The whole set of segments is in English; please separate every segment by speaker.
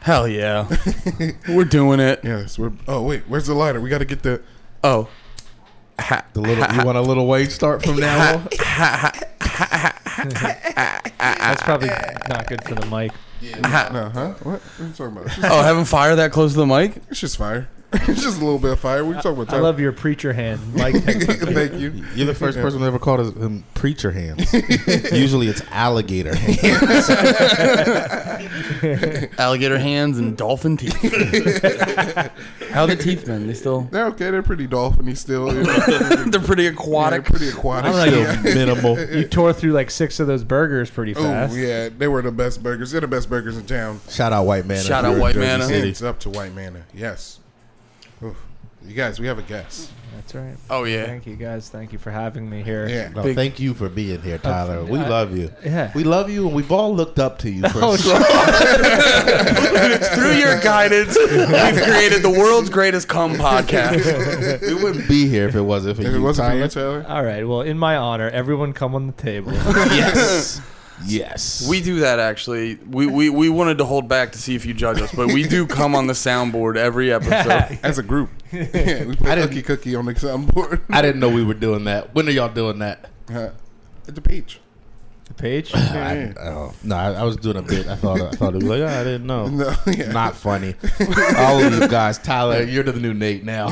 Speaker 1: Hell yeah. We're doing it.
Speaker 2: Yes, we're. Oh wait, where's the lighter? We got to get the.
Speaker 1: Oh.
Speaker 3: The little you want a little wave start from now on?
Speaker 4: That's probably
Speaker 1: Ah.
Speaker 4: not good for the mic.
Speaker 2: No, huh? What? What are you talking about? It's just,
Speaker 1: Oh, having fire that close to the mic?
Speaker 2: it's just fire. it's just a little bit of fire. What are you talking about?
Speaker 4: I love your preacher hand, Mike.
Speaker 2: Thank you.
Speaker 3: You're the first person that ever called us um, preacher hands. Usually it's alligator hands.
Speaker 1: Alligator hands and dolphin teeth. How the teeth been? They still
Speaker 2: They're okay. They're pretty dolphiny still. You know?
Speaker 1: They're pretty
Speaker 2: Yeah, they're
Speaker 1: aquatic.
Speaker 2: pretty aquatic.
Speaker 4: I don't know.
Speaker 3: minimal.
Speaker 4: You tore through like six of those burgers pretty
Speaker 2: Oh
Speaker 4: fast.
Speaker 2: yeah, they were the best burgers. They're the best burgers in town.
Speaker 3: Shout out White Man.
Speaker 1: Shout out White Manor.
Speaker 2: It's up to White Manor. Yes. Oof. You guys, we have a guest.
Speaker 4: That's right.
Speaker 1: Oh yeah.
Speaker 4: Thank you guys. Thank you for having me here.
Speaker 2: Yeah.
Speaker 3: No,
Speaker 1: Big-
Speaker 3: thank you for being here, Tyler. we
Speaker 4: I-
Speaker 3: love you.
Speaker 4: Yeah.
Speaker 3: We love you, and we've all looked up to you. For oh,
Speaker 1: Through your guidance, we've created the world's greatest cum podcast.
Speaker 3: we wouldn't be here if it wasn't for
Speaker 2: If
Speaker 3: you,
Speaker 2: it wasn't for
Speaker 3: Tyler.
Speaker 2: you, Tyler,
Speaker 4: All right. Well, in my honor, everyone come on the table.
Speaker 3: yes, yes.
Speaker 1: We do that actually. We, we we wanted to hold back to see if you judge us, but we do come on the soundboard every episode.
Speaker 2: as a group, yeah, we put
Speaker 3: didn't-
Speaker 2: Cookie Cookie on the soundboard.
Speaker 3: I didn't know we were doing that. When are y'all doing that?
Speaker 2: Huh. At the page.
Speaker 1: Ah.
Speaker 4: Paige.
Speaker 3: I, oh, no, I, I was doing a bit. I thought I thought it was like oh, I didn't know.
Speaker 2: No, yeah.
Speaker 3: Not funny. all of you guys, Tyler, you're the new Nate now.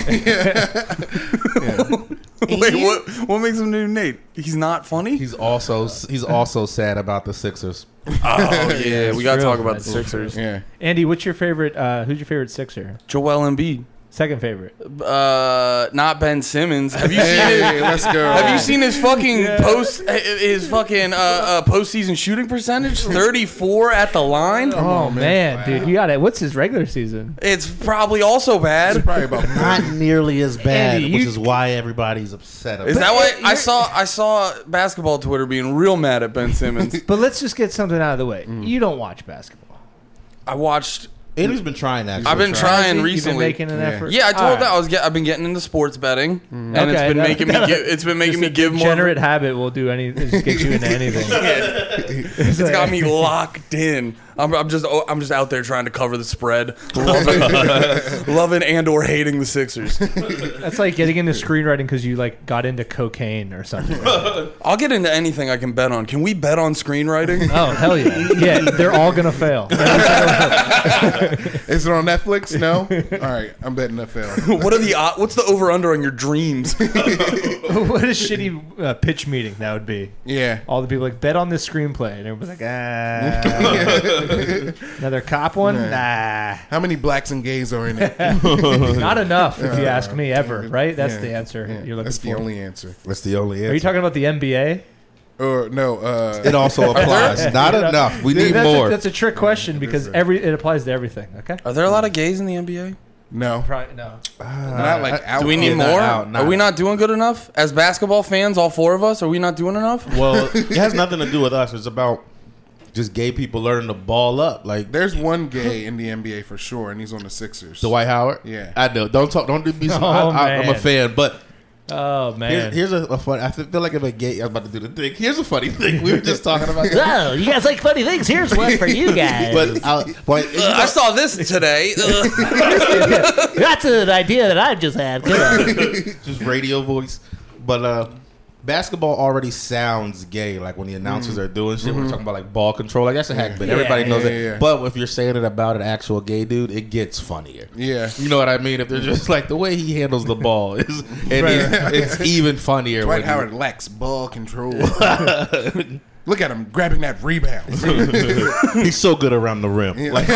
Speaker 1: Wait, what? What makes him new, Nate? He's not funny.
Speaker 3: He's also he's also sad about the Sixers.
Speaker 1: Oh yeah, we gotta
Speaker 4: True.
Speaker 1: talk about the
Speaker 4: That's
Speaker 1: Sixers.
Speaker 2: Yeah.
Speaker 4: Andy, what's your favorite? Uh, who's your favorite Sixer?
Speaker 1: Joel Embiid,
Speaker 4: Second favorite.
Speaker 1: uh, not Ben Simmons. Have you seen it?
Speaker 2: Hey, let's go.
Speaker 1: Have you seen his fucking post? eh, His fucking uh, uh, postseason shooting percentage, thirty-four at the line.
Speaker 4: oh man, dude, you got it. What's his regular season?
Speaker 1: It's probably also bad.
Speaker 2: Probably about
Speaker 3: Not nearly as bad,
Speaker 4: Andy,
Speaker 3: which
Speaker 4: you-
Speaker 3: is why everybody's upset. About
Speaker 1: Is that why I saw I saw basketball Twitter being real mad at Ben Simmons?
Speaker 4: But let's just get something out of the way.
Speaker 1: Mm.
Speaker 4: You don't watch basketball.
Speaker 1: I watched.
Speaker 3: Andy's been trying that.
Speaker 1: I've been trying
Speaker 4: You've been
Speaker 1: recently.
Speaker 4: making an
Speaker 2: Yeah.
Speaker 4: effort.
Speaker 1: Yeah, I told
Speaker 4: All right. Mm.
Speaker 1: that I was. Get, I've been getting into sports betting, and it's
Speaker 4: Okay,
Speaker 1: been
Speaker 4: that-
Speaker 1: making me. Give, it's been making
Speaker 4: Just
Speaker 1: me
Speaker 4: a
Speaker 1: give more.
Speaker 4: degenerate habit will do any just get you into anything.
Speaker 1: It's got me locked in. I'm, I'm just. oh, I'm just out there trying to cover the spread, loving, loving and or hating the Sixers.
Speaker 4: That's like getting into screenwriting because you like got into cocaine or something.
Speaker 1: I'll get into anything I can bet on. Can we bet on screenwriting?
Speaker 4: oh hell yeah, yeah. They're all gonna fail.
Speaker 2: Is it on Netflix? No. All right, I'm betting NFL.
Speaker 1: what are the o- what's the over under on your dreams?
Speaker 4: what a shitty uh, pitch meeting that would be.
Speaker 2: Yeah.
Speaker 4: All the people like bet on this screenplay, and everyone's like, ah, another cop one,
Speaker 2: How many blacks and gays are in it?
Speaker 4: nah, not enough. If you ask me, ever right? That's
Speaker 2: Yeah.
Speaker 4: the answer
Speaker 2: Yeah,
Speaker 4: you're looking
Speaker 2: That's
Speaker 4: for.
Speaker 2: the only answer.
Speaker 3: That's the only answer.
Speaker 4: Are you talking about the NBA?
Speaker 2: Or no, uh,
Speaker 3: it also applies. Not enough. We need
Speaker 4: that's,
Speaker 3: more.
Speaker 4: A, that's a trick question
Speaker 2: is
Speaker 4: because
Speaker 2: a-
Speaker 4: every it applies to everything. Okay.
Speaker 1: Are there a lot of gays in the NBA?
Speaker 2: no,
Speaker 4: Probably no.
Speaker 2: not like out.
Speaker 1: Uh, Do we need
Speaker 3: Yeah, not
Speaker 1: more?
Speaker 3: out, not
Speaker 1: are we
Speaker 3: out.
Speaker 1: not doing good enough as basketball fans? All four of us, are we not doing enough?
Speaker 3: well, it has nothing to do with us. It's about just gay people learning to ball up, like
Speaker 2: There's one gay in the NBA for sure, and he's on the Sixers.
Speaker 3: Dwight Howard.
Speaker 2: Yeah.
Speaker 3: I know. Don't talk. Don't be. Some,
Speaker 4: Oh,
Speaker 3: I, I, I'm a
Speaker 4: man.
Speaker 3: fan, but
Speaker 4: Oh
Speaker 3: Here-
Speaker 4: man.
Speaker 3: here's a, a funny. I feel like I'm a gay. I'm about to do the thing. Here's a funny thing. We were just talking about. That.
Speaker 5: Oh, you guys like funny things? Here's one for you guys.
Speaker 3: But I, but you
Speaker 1: Ugh, I
Speaker 3: know,
Speaker 1: saw this today. Ugh.
Speaker 5: That's an idea that I just had. Come on.
Speaker 3: just radio voice. But uh, basketball already sounds gay. Like when the announcers are doing shit, we're talking about like ball control. Like that's a hack, but everybody
Speaker 5: Yeah,
Speaker 3: knows
Speaker 2: Mm. Mm-hmm. yeah,
Speaker 3: it.
Speaker 2: yeah.
Speaker 3: But if you're saying it about an actual gay dude, it gets funnier.
Speaker 2: yeah,
Speaker 3: You know what I mean? If they're just like the way he handles the ball is, and it- it's even funnier.
Speaker 2: Dwight
Speaker 3: when
Speaker 2: Howard lacks ball control. Look at him grabbing that rebound.
Speaker 3: he- he's so good around the rim. Like,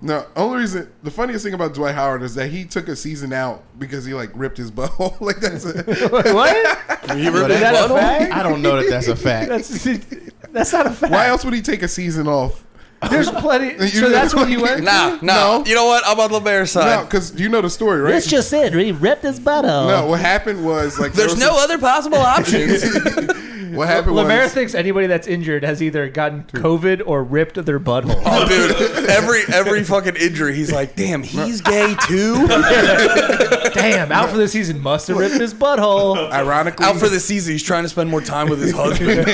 Speaker 2: no, only reason the funniest thing about Dwight Howard is that he took a season out because he like ripped his butthole. like that's a,
Speaker 4: Wait, what?
Speaker 3: but
Speaker 4: that
Speaker 3: that's-
Speaker 4: a fact?
Speaker 3: I don't know that that's a fact.
Speaker 4: That's that's not a fact.
Speaker 2: why else would he take a season off?
Speaker 4: There's plenty.
Speaker 2: You-
Speaker 4: So that's what you went.
Speaker 1: nah, nah.
Speaker 2: No.
Speaker 1: You know what? I'm on LeBare's
Speaker 2: No,
Speaker 1: side.
Speaker 2: because you know the story, right?
Speaker 5: That's just it. He ripped his butt off.
Speaker 2: no, what happened was like there
Speaker 1: There's
Speaker 2: was
Speaker 1: no other possible options.
Speaker 2: a- what happened
Speaker 4: Lemaire
Speaker 2: was
Speaker 4: thinks anybody that's injured has either gotten COVID or ripped their butthole.
Speaker 1: oh, dude. Every every fucking injury, he's like, damn, he's gay too.
Speaker 4: Damn, out for the season. Must have ripped his butthole.
Speaker 2: ironically
Speaker 1: Out for the season, he's trying to spend more time with his husband.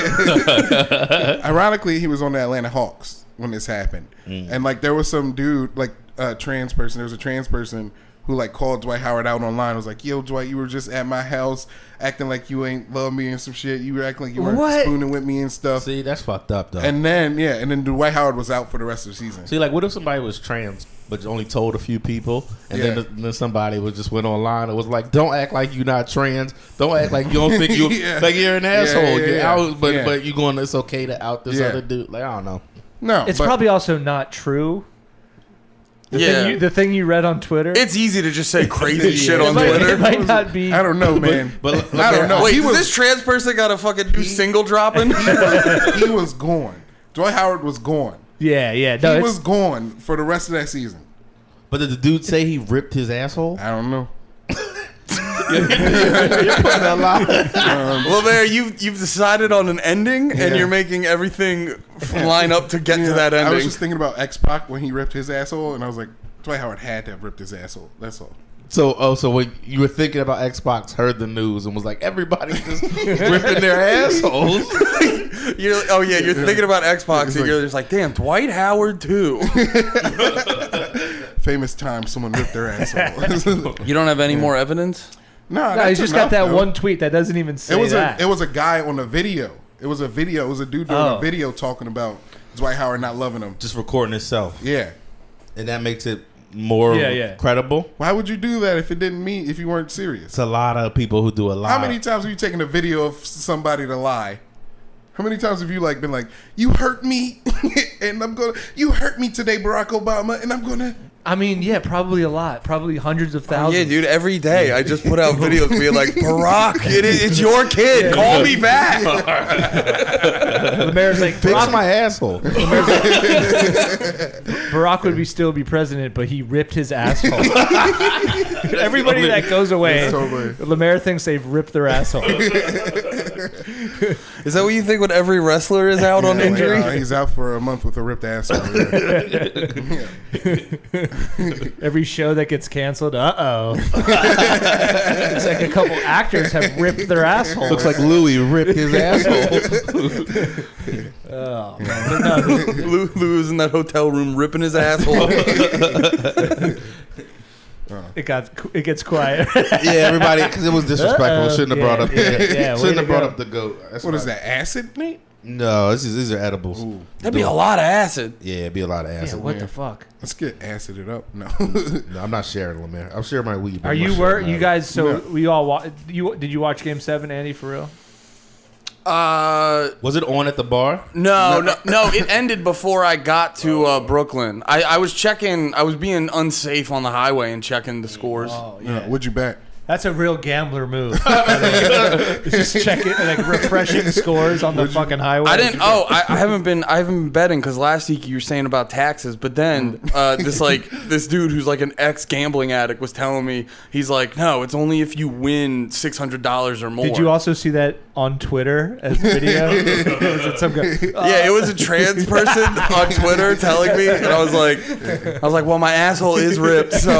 Speaker 2: Ironically, he was on the Atlanta Hawks. when this happened, and like there was some dude, like a trans person. There was a trans person who like called Dwight Howard out online. Was like, "Yo, Dwight, you were just at my house acting like you ain't love me and some shit. You were acting like you weren't
Speaker 4: What?
Speaker 2: spooning with me and stuff."
Speaker 3: See, that's fucked up though.
Speaker 2: And then yeah, and then Dwight Howard was out for the rest of the season.
Speaker 3: See, like, what if somebody was trans but only told a few people, and
Speaker 2: Yeah.
Speaker 3: then, then somebody was just went online and was like, "Don't act like you're not trans. Don't act like you don't think you
Speaker 2: Yeah.
Speaker 3: like you're an asshole.
Speaker 2: yeah,
Speaker 3: You're
Speaker 2: yeah.
Speaker 3: out, but
Speaker 2: Yeah.
Speaker 3: but you going. It's okay to out this
Speaker 2: Yeah.
Speaker 3: other dude. Like I don't know.
Speaker 2: No,
Speaker 4: It's
Speaker 2: but-
Speaker 4: probably also not true. The
Speaker 1: Yeah.
Speaker 4: Thing you, the thing you read on Twitter.
Speaker 1: It's easy to just say crazy shit
Speaker 4: it
Speaker 1: on
Speaker 4: might,
Speaker 1: Twitter.
Speaker 4: It might not be.
Speaker 2: I don't know, man.
Speaker 3: But look,
Speaker 2: I don't know.
Speaker 1: Wait,
Speaker 2: he
Speaker 1: does
Speaker 2: was
Speaker 1: this trans person got to fucking do single dropping?
Speaker 2: he was gone. Dwight Howard was gone.
Speaker 4: Yeah, yeah.
Speaker 2: He
Speaker 4: No, it's,
Speaker 2: was gone for the rest of that season.
Speaker 3: But did the dude say he ripped his asshole?
Speaker 2: I don't know.
Speaker 1: well, there you you've decided on an ending,
Speaker 2: Yeah.
Speaker 1: and you're making everything f- line up to get to
Speaker 2: Yeah,
Speaker 1: that
Speaker 2: I
Speaker 1: ending.
Speaker 2: was just thinking about X Pac when he ripped his asshole, and I was like, Dwight Howard had to have ripped his asshole. That's all.
Speaker 3: So oh, so when you were thinking about Xbox, heard the news and was like, everybody's just ripping their assholes.
Speaker 1: You're like, oh yeah, you're thinking about Xbox, and
Speaker 2: like-
Speaker 1: you're just like, damn, Dwight Howard too.
Speaker 2: Famous time someone ripped their asshole.
Speaker 1: you don't have any more evidence?
Speaker 2: nah,
Speaker 4: no,
Speaker 2: that's
Speaker 4: he's just
Speaker 2: enough,
Speaker 4: got that
Speaker 2: though.
Speaker 4: one tweet that doesn't even say
Speaker 2: It was
Speaker 4: that.
Speaker 2: a it was a guy on a video. It was a video. It was a dude doing
Speaker 4: Oh.
Speaker 2: a video talking about Dwight Howard not loving him.
Speaker 3: just recording itself,
Speaker 2: Yeah.
Speaker 3: and that makes it more
Speaker 4: Yeah, yeah.
Speaker 3: credible.
Speaker 2: Why would you do that if it didn't mean if you weren't serious?
Speaker 3: It's a lot of people who do a lot.
Speaker 2: How many times have you taken a video of somebody to lie? How many times have you like been like, "You hurt me," and I'm gonna, "You hurt me today, Barack Obama," and I'm gonna.
Speaker 4: I mean, yeah, probably a lot. Probably hundreds of
Speaker 1: Yeah,
Speaker 4: thousands.
Speaker 1: dude. Every day I just put out videos being like, Barack, it is, it's your kid. Call me back.
Speaker 4: The mayor's like,
Speaker 3: Fix
Speaker 4: Barack,
Speaker 3: my asshole.
Speaker 4: Barack would be still be president, but he ripped his asshole. Everybody that goes away,
Speaker 2: so weird.
Speaker 4: the mayor thinks they've ripped their asshole.
Speaker 1: Is that what you think when every wrestler is out on
Speaker 2: Like,
Speaker 1: injury?
Speaker 2: uh, he's out for a month with a ripped asshole.
Speaker 4: Every show that gets canceled, uh oh. it's like a couple actors have ripped their asshole.
Speaker 3: Looks like Louis ripped his asshole.
Speaker 4: Oh,
Speaker 1: Lou, Lou was in that hotel room ripping his asshole.
Speaker 4: it got it gets quiet.
Speaker 3: yeah, everybody, because it was disrespectful.
Speaker 4: Uh-oh.
Speaker 3: Shouldn't have
Speaker 4: Uh, Yeah,
Speaker 3: brought up.
Speaker 4: yeah, yeah, way
Speaker 3: Shouldn't
Speaker 4: to
Speaker 3: have brought
Speaker 4: go.
Speaker 3: up the goat. That's
Speaker 2: what is
Speaker 3: fine.
Speaker 2: that? Acid, Nate?
Speaker 3: No, this is these are edibles.
Speaker 1: That'd be a lot of acid.
Speaker 3: Yeah, it'd be a lot of
Speaker 4: yeah,
Speaker 3: acid.
Speaker 4: what the fuck?
Speaker 2: Let's get acid it up. No,
Speaker 3: no, I'm not sharing them, man. I'm sharing my weed. but
Speaker 4: Are
Speaker 3: I'm not
Speaker 4: you
Speaker 3: sharing
Speaker 4: were
Speaker 3: mine.
Speaker 4: you guys? So
Speaker 2: No.
Speaker 4: we all wa- you did you watch Game Seven, Andy? For real?
Speaker 1: Uh,
Speaker 3: Was it on at the bar?
Speaker 1: no, no, no. It ended before I got to uh, Brooklyn. I, I was checking. I was being unsafe on the highway and checking the scores.
Speaker 3: Oh,
Speaker 2: no. Would you bet?
Speaker 4: That's a real gambler move. Just check it, like refreshing scores on the fucking highway.
Speaker 1: I didn't. Oh, I, I haven't been. I haven't been betting because last week you were saying about taxes, but then uh, this like this dude who's like an ex gambling addict was telling me he's like, no, it's only if you win six hundred dollars or more.
Speaker 4: Did you also see that on Twitter as video? Was it some guy?
Speaker 1: Yeah, it was a trans person on Twitter telling me, and I was like, I was like, well, my asshole is ripped, so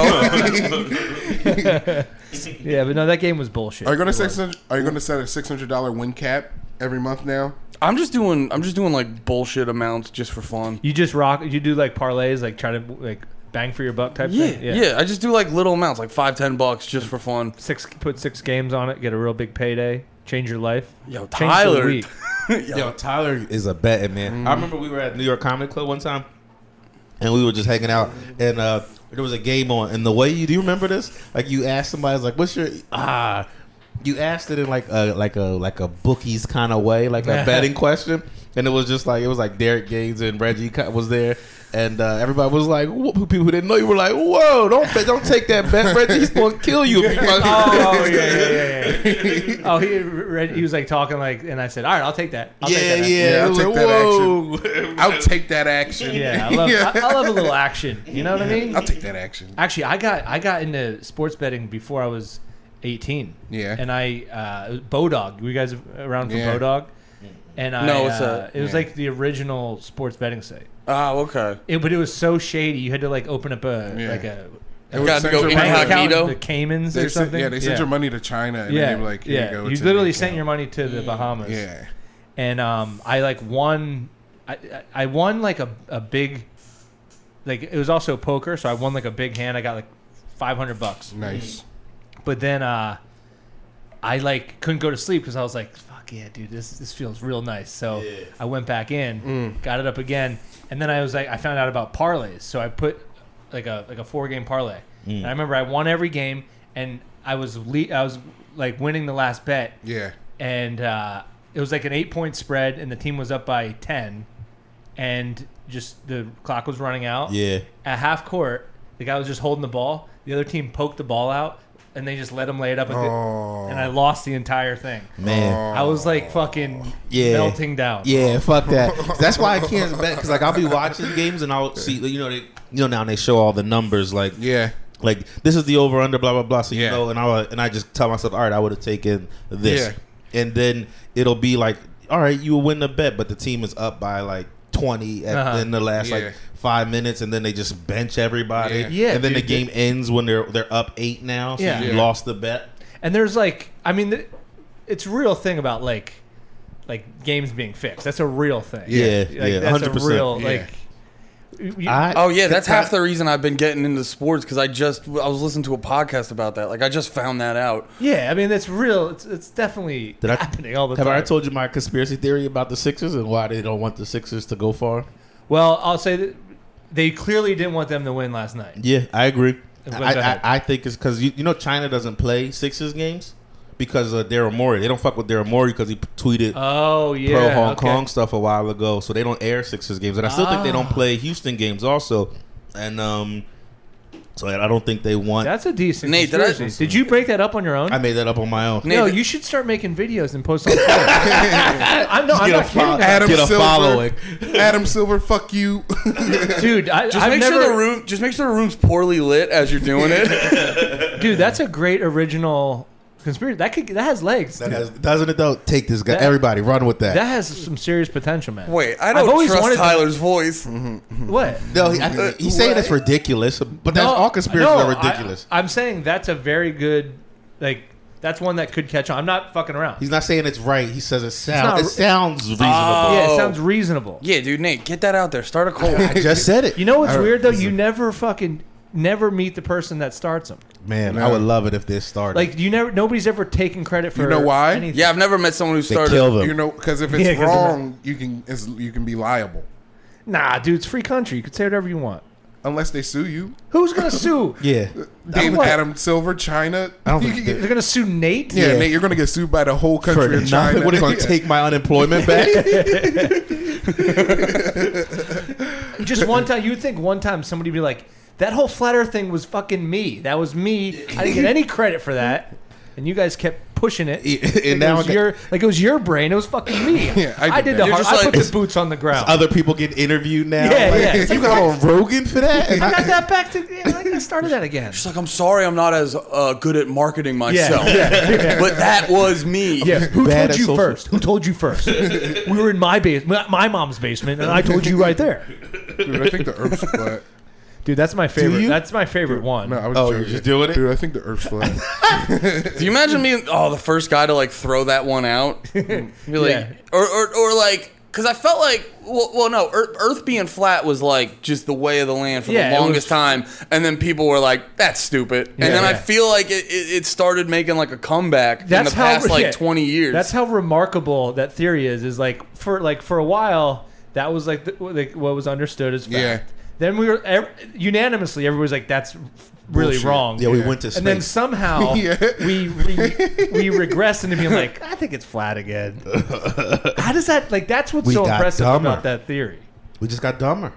Speaker 4: Yeah, but no, that game was bullshit.
Speaker 2: Are you gonna six hundred? Are you gonna set a six hundred dollar win cap every month now?
Speaker 1: I'm just doing. I'm just doing like bullshit amounts just for fun.
Speaker 4: You just rock. You do like parlays, like try to like bang for your buck type
Speaker 1: Yeah,
Speaker 4: thing.
Speaker 1: yeah, I just do like little amounts, like five, ten bucks, just for fun.
Speaker 4: Six put six games on it, get a real big payday, change your life.
Speaker 1: Yo,
Speaker 4: Change the
Speaker 1: Tyler.
Speaker 4: week.
Speaker 3: Yo, Tyler is a betting man. I remember we were at New York Comedy Club one time, and we were just hanging out, and uh, there was a game on. And the way you do you remember this? Like you asked somebody, it's like, "What's your ah?" You asked it in like a like a like a bookies kind of way, like a betting question, and it was just like it was like Derek Gaines and Reggie Cut was there, and uh, everybody was like, wh- people who didn't know you were like, "Whoa, don't bet- don't take that bet, Reggie. He's gonna kill you." If you fucking-"
Speaker 4: Oh yeah, yeah, yeah. yeah. oh, he read, he was like talking like, and I said, "All right, I'll take that." I'll
Speaker 3: yeah,
Speaker 4: take that.
Speaker 3: yeah.
Speaker 2: Yeah,
Speaker 3: It was
Speaker 2: I'll
Speaker 3: like,
Speaker 2: take that
Speaker 3: Whoa.
Speaker 2: I'll take that action.
Speaker 4: Yeah, I love, I, I love a little action. You know what I mean?
Speaker 2: I'll take that action.
Speaker 4: Actually, I got I got into sports betting before I was 18.
Speaker 2: Yeah.
Speaker 4: And I uh, Bodog. You guys around for
Speaker 2: Yeah.
Speaker 4: Bodog? And I
Speaker 1: No, it's
Speaker 4: uh,
Speaker 1: a-
Speaker 4: it was
Speaker 2: yeah.
Speaker 4: like the original sports betting site.
Speaker 1: Oh, okay.
Speaker 4: It, but it was so shady. You had to like open up a
Speaker 2: Yeah.
Speaker 4: like a
Speaker 2: They would
Speaker 1: Gotta
Speaker 2: send
Speaker 1: go
Speaker 2: your
Speaker 1: in
Speaker 2: money-
Speaker 4: bank account
Speaker 1: Incognito?
Speaker 4: in the Caymans
Speaker 2: They
Speaker 4: or
Speaker 2: sent-
Speaker 4: something.
Speaker 2: yeah, they sent your money to China, and
Speaker 4: yeah,
Speaker 2: then they were like, Here
Speaker 4: yeah.
Speaker 2: you, go,
Speaker 4: You
Speaker 2: it's an
Speaker 4: literally
Speaker 2: account."
Speaker 4: sent your money to the Bahamas.
Speaker 2: Yeah,
Speaker 4: And um, I like won. I, I- I won like a, a big, like it was also poker, so I won like a big hand. I got like five hundred bucks,
Speaker 2: Nice.
Speaker 4: Mm-hmm. but then uh, I like couldn't go to sleep because I was like, "Fuck yeah, dude, this this feels real nice." So I went back in, got it up again, and then I was like, I found out about parlays, so I put like a like a four game parlay, and I remember I won every game, and I was le- I was like winning the last bet,
Speaker 2: Yeah.
Speaker 4: and uh, it was like an eight point spread, and the team was up by ten, and just the clock was running out.
Speaker 3: Yeah.
Speaker 4: At half court, the guy was just holding the ball. The other team poked the ball out, and they just let him lay it up. And,
Speaker 2: Oh.
Speaker 4: and I lost the entire thing.
Speaker 3: Man.
Speaker 4: I was like fucking
Speaker 3: Yeah.
Speaker 4: melting down.
Speaker 2: Oh.
Speaker 3: Yeah, fuck that. That's why I can't bet because like I'll be watching games and I'll see you know they you know now they show all the numbers like
Speaker 2: Yeah.
Speaker 3: like this is the over under blah blah blah. So you
Speaker 2: Yeah.
Speaker 3: know, and I and I just tell myself, all right, I would have taken this,
Speaker 2: Yeah.
Speaker 3: and then it'll be like, all right, you will win the bet, but the team is up by like twenty at,
Speaker 4: Uh-huh.
Speaker 3: in the last
Speaker 2: Yeah.
Speaker 3: like five minutes, and then they just bench everybody,
Speaker 2: Yeah.
Speaker 4: Yeah,
Speaker 3: and then the
Speaker 4: dude.
Speaker 3: game ends when they're they're up eight now, so
Speaker 4: Yeah.
Speaker 3: you
Speaker 2: Yeah.
Speaker 3: lost the bet.
Speaker 4: And there's like, I mean, th- it's a real thing about like, like games being fixed. That's a real thing.
Speaker 3: Yeah,
Speaker 4: Like,
Speaker 3: yeah,
Speaker 4: that's
Speaker 3: hundred
Speaker 4: a real
Speaker 3: percent.
Speaker 2: Yeah.
Speaker 4: like. you- you-
Speaker 3: I
Speaker 1: Oh yeah, that's half
Speaker 3: the.
Speaker 1: the reason I've been getting into sports because I just I was listening to a podcast about that. Like I just found that out.
Speaker 4: yeah, I mean, that's real. It's, it's definitely
Speaker 3: Did I-
Speaker 4: happening all the
Speaker 3: Have
Speaker 4: time.
Speaker 3: I already told you my conspiracy theory about the Sixers and why they don't want the Sixers to go far?
Speaker 4: Well, I'll say that they clearly didn't want them to win last night.
Speaker 3: Yeah, I agree.
Speaker 4: Go
Speaker 3: I,
Speaker 4: ahead.
Speaker 3: I, I think it's because you, you know China doesn't play Sixers games because of Daryl Morey. They don't fuck with Daryl Morey because he p- tweeted
Speaker 4: Oh yeah,
Speaker 3: pro Hong
Speaker 4: okay.
Speaker 3: Kong stuff a while ago, so they don't air Sixers games, and I still think they
Speaker 4: Ah.
Speaker 3: don't play Houston games also, and um, so I I don't think they want.
Speaker 4: That's a decent.
Speaker 1: Nate, did I-
Speaker 4: conspiracy. did you break that up on your own?
Speaker 3: I made that up on my own.
Speaker 1: Nate,
Speaker 4: no,
Speaker 1: did-
Speaker 4: you should start making videos and post on. I'm, no, I'm not
Speaker 3: fo-
Speaker 4: kidding,
Speaker 2: Adam
Speaker 3: get a
Speaker 2: Silver.
Speaker 3: following.
Speaker 2: Adam Silver, fuck you.
Speaker 4: dude. I,
Speaker 1: Just
Speaker 4: I've
Speaker 1: make
Speaker 4: never,
Speaker 1: sure the room just make sure the room's poorly lit as you're doing it.
Speaker 4: dude. That's a great original conspiracy. That could that has legs.
Speaker 3: That
Speaker 4: dude.
Speaker 3: has, doesn't it though? Take this guy.
Speaker 4: That-
Speaker 3: Everybody run with that.
Speaker 4: That has some serious potential, man.
Speaker 1: Wait, I
Speaker 4: I've
Speaker 1: don't
Speaker 4: always
Speaker 1: trust
Speaker 4: wanted to-
Speaker 1: Tyler's voice.
Speaker 4: What?
Speaker 3: no, he, I, he's saying it's ridiculous, but that's all conspiracies
Speaker 4: no,
Speaker 3: are ridiculous.
Speaker 4: I, am saying that's a very good, like, that's one that could catch on. I'm not fucking around.
Speaker 3: He's not saying it's right. He says it
Speaker 4: not uh,
Speaker 3: sounds. It
Speaker 4: ri-
Speaker 3: sounds reasonable.
Speaker 4: yeah, it
Speaker 1: Oh.
Speaker 4: sounds reasonable.
Speaker 1: Yeah, dude, Nate, get that out there. Start a cold.
Speaker 3: I just said it.
Speaker 4: You know what's
Speaker 3: I-
Speaker 4: weird though? You never fucking never meet the person that starts them.
Speaker 3: man, I would love it if this started.
Speaker 4: Like you never, nobody's ever taken credit for.
Speaker 2: You know why?
Speaker 4: Anything.
Speaker 1: yeah, I've never met someone who
Speaker 3: they
Speaker 1: started.
Speaker 3: kill them.
Speaker 2: you know, because if it's
Speaker 4: Yeah, 'cause of
Speaker 2: wrong, you can it's, you can be liable
Speaker 4: Nah, dude, it's free country. You can say whatever you want.
Speaker 2: unless they sue you.
Speaker 4: Who's gonna sue?
Speaker 3: yeah,
Speaker 2: Dave
Speaker 4: what?
Speaker 2: Adam Silver, China.
Speaker 3: I don't
Speaker 2: You can
Speaker 3: think they-
Speaker 2: get-
Speaker 4: They're gonna sue Nate.
Speaker 2: yeah,
Speaker 3: Yeah.
Speaker 2: Nate, you're gonna get sued by the whole
Speaker 3: for
Speaker 2: country of China.
Speaker 3: nothing. What are going to take my unemployment back?
Speaker 4: Just one time, you would think one time somebody would be like, "That whole flat Earth thing was fucking me. That was me. I didn't get any credit for that." And you guys kept pushing it.
Speaker 3: Yeah,
Speaker 4: like
Speaker 3: and
Speaker 4: it
Speaker 3: now
Speaker 4: was
Speaker 3: I got-
Speaker 4: your like it was your brain. It was fucking me.
Speaker 2: Yeah, I did that.
Speaker 4: the
Speaker 1: You're
Speaker 4: hard.
Speaker 1: just
Speaker 4: I
Speaker 1: like-
Speaker 4: put the boots on the ground.
Speaker 3: Other people get interviewed now.
Speaker 4: Yeah,
Speaker 3: Like,
Speaker 4: yeah. It's
Speaker 3: You got on Rogan for that? And
Speaker 4: I
Speaker 3: I-
Speaker 4: got that back to. Yeah, I started that again.
Speaker 1: It's like I'm sorry, I'm not as uh, good at marketing myself,
Speaker 4: yeah,
Speaker 1: but that was me.
Speaker 4: Yeah, who told
Speaker 3: Bad at
Speaker 4: you
Speaker 3: social-
Speaker 4: first? Who told you first? we were in my base, my my mom's basement, and I told you right there,
Speaker 2: Dude, I think the Earth's flat.
Speaker 4: dude. That's my favorite.
Speaker 3: you?
Speaker 4: That's my favorite one.
Speaker 2: No, I was
Speaker 3: Oh,
Speaker 2: joking.
Speaker 3: you're just doing it?
Speaker 2: dude. I think the Earth's flat.
Speaker 1: Do you imagine being oh the first guy to like throw that one out? Be like,
Speaker 4: Yeah.
Speaker 1: or, or or like because I felt like well, well no Earth, Earth being flat was like just the way of the land for
Speaker 4: Yeah, it
Speaker 1: the longest
Speaker 4: was-
Speaker 1: time, and then people were like that's stupid,
Speaker 4: Yeah.
Speaker 1: and then I
Speaker 4: Yeah.
Speaker 1: feel like it, it, it started making like a comeback in
Speaker 4: That's
Speaker 1: the
Speaker 4: how-
Speaker 1: past like
Speaker 4: yeah.
Speaker 1: twenty years.
Speaker 4: That's how remarkable that theory is. Is like for like for a while that was like, the, like what was understood as fact.
Speaker 2: Yeah.
Speaker 4: Then we were ev- unanimously everybody's like that's really
Speaker 2: Bullshit.
Speaker 4: wrong.
Speaker 3: yeah, we went to space.
Speaker 4: and then somehow
Speaker 2: Yeah.
Speaker 4: we re- we regress into being like I think it's flat again. How does that like? That's what's
Speaker 3: We
Speaker 4: so
Speaker 3: got
Speaker 4: impressive
Speaker 3: dumber.
Speaker 4: about that theory.
Speaker 3: we just got dumber.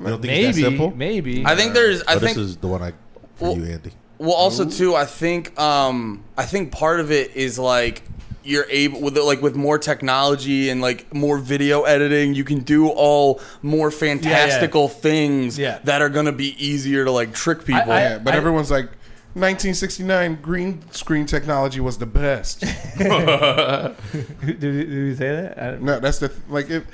Speaker 3: You don't think it's that
Speaker 4: Maybe,
Speaker 3: simple?
Speaker 4: maybe.
Speaker 1: I think there's I
Speaker 3: Oh,
Speaker 1: think
Speaker 3: this is the one I for
Speaker 1: Well-
Speaker 3: you, Andy.
Speaker 1: Well, also too, I think um, I think part of it is like you're able with like with more technology and like more video editing, you can do all more fantastical things
Speaker 4: Yeah.
Speaker 1: that are gonna be easier to like trick people.
Speaker 4: I-
Speaker 2: yeah, but everyone's like, 1969 green screen technology was the best.
Speaker 4: Did, did we say that? I don't-
Speaker 2: No, that's the th- like it.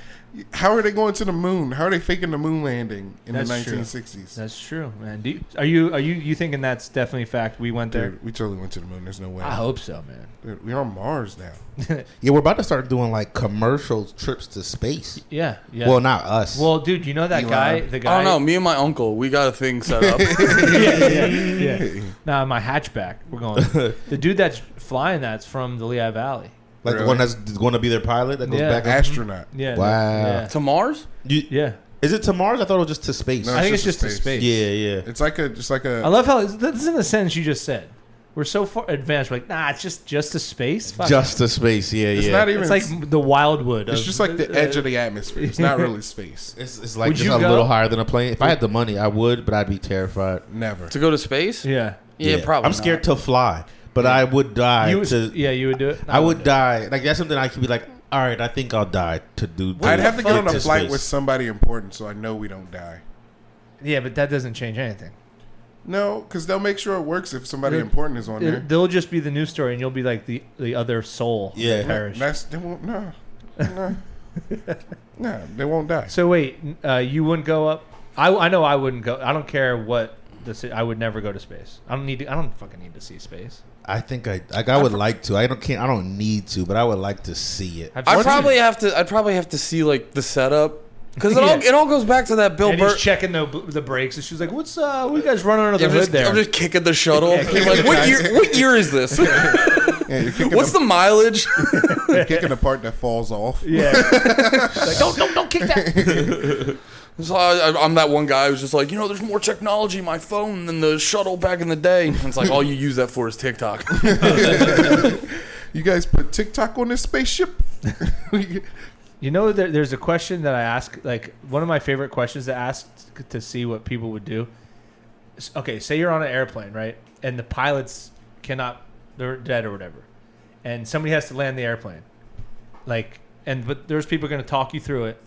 Speaker 2: How are they going to the moon? How are they faking the moon landing in the
Speaker 4: That's true.
Speaker 2: 1960s?
Speaker 4: That's true, man. Do you, are you are you you thinking that's definitely a fact? We went there.
Speaker 2: Dude, we totally went to the moon. There's no way.
Speaker 4: I hope so, man.
Speaker 2: Dude, we're on Mars now.
Speaker 3: Yeah, we're about to start doing like commercial trips to space.
Speaker 4: Yeah, yeah.
Speaker 3: Well, not us.
Speaker 4: Well, dude, you know that guy, the guy.
Speaker 2: Oh,
Speaker 1: I don't know. Me and my uncle, we got a thing set up.
Speaker 4: yeah, yeah, yeah. Nah, my hatchback. We're going. the dude that's flying that's from the Lehigh Valley.
Speaker 3: like the
Speaker 2: really?
Speaker 3: one that's going to be their pilot that goes
Speaker 4: Yeah.
Speaker 3: back. And-
Speaker 2: Astronaut.
Speaker 4: Yeah.
Speaker 3: Wow.
Speaker 4: Yeah.
Speaker 1: to Mars?
Speaker 3: You-
Speaker 4: yeah.
Speaker 3: Is it to Mars? I thought it was just to space.
Speaker 2: No,
Speaker 4: I think
Speaker 2: it's
Speaker 4: it's
Speaker 2: just a
Speaker 4: just a
Speaker 2: space.
Speaker 4: space.
Speaker 3: Yeah, yeah.
Speaker 2: It's like a just like
Speaker 4: I
Speaker 2: a
Speaker 4: love how that's in the sentence you just said. We're so far advanced. We're like, nah, it's just just a space. Fuck.
Speaker 3: Just to space. Yeah,
Speaker 2: it's
Speaker 3: yeah.
Speaker 2: not even
Speaker 4: it's e- like the wildwood.
Speaker 2: it's
Speaker 4: of-
Speaker 2: just like the edge of the atmosphere. It's not really space.
Speaker 3: It's, it's like
Speaker 4: Would
Speaker 3: just
Speaker 4: you
Speaker 3: a
Speaker 4: go?
Speaker 3: little higher than a plane. If I had the money, I would, but I'd be terrified.
Speaker 2: Never.
Speaker 1: To go to space?
Speaker 4: Yeah.
Speaker 1: Yeah, probably.
Speaker 3: I'm scared to fly, but I would die.
Speaker 4: You would,
Speaker 3: to,
Speaker 4: yeah, you would do it.
Speaker 3: I would die. Like that's something I could be like, all right, I think I'll die to do.
Speaker 2: I'd have to get on a
Speaker 3: to
Speaker 2: flight
Speaker 3: space."
Speaker 2: with somebody important so I know we don't die.
Speaker 4: Yeah, but that doesn't change anything.
Speaker 2: No, because they'll make sure it works if somebody
Speaker 4: Yeah.
Speaker 2: important is on there.
Speaker 4: It, they'll just be the news story, and you'll be like the the other soul. that
Speaker 3: Yeah.
Speaker 4: perished.
Speaker 2: That's they won't no, no, no. They won't die.
Speaker 4: So wait, uh, you wouldn't go up? I, I know I wouldn't go. I don't care what the. si- I would never go to space. I don't need. To, I don't fucking need to see space.
Speaker 3: I think I like. I would like to. I don't can't. I don't need to, but I would like to see it.
Speaker 4: I've
Speaker 1: I'd
Speaker 4: seen
Speaker 1: probably
Speaker 4: it.
Speaker 1: have to. I'd probably have to see like the setup because it
Speaker 4: Yeah.
Speaker 1: all it all goes back to that Bill
Speaker 4: And
Speaker 1: Burr.
Speaker 4: he's checking the the brakes, and she's like, "What's uh? What are you guys running under the
Speaker 1: I'm
Speaker 4: hood
Speaker 1: just,
Speaker 4: there?"
Speaker 1: I'm just kicking the shuttle.
Speaker 4: Yeah, kicking
Speaker 1: like,
Speaker 2: the
Speaker 1: what
Speaker 2: guy.
Speaker 1: year? What year is this?
Speaker 2: Yeah, you're kicking,
Speaker 1: What's
Speaker 2: the,
Speaker 1: the mileage?
Speaker 2: you're kicking the part that falls off.
Speaker 4: yeah. She's like, don't don't don't kick that.
Speaker 1: So I, I- I'm that one guy who's just like, you know, there's more technology in my phone than the shuttle back in the day. And it's like all you use that for is TikTok.
Speaker 2: You guys put TikTok on this spaceship.
Speaker 4: You know, there, there's a question that I ask. Like one of my favorite questions to ask to see what people would do. S- Okay, say you're on an airplane, right? And the pilots cannot, they're dead or whatever, and somebody has to land the airplane. Like, and but there's people going to talk you through it.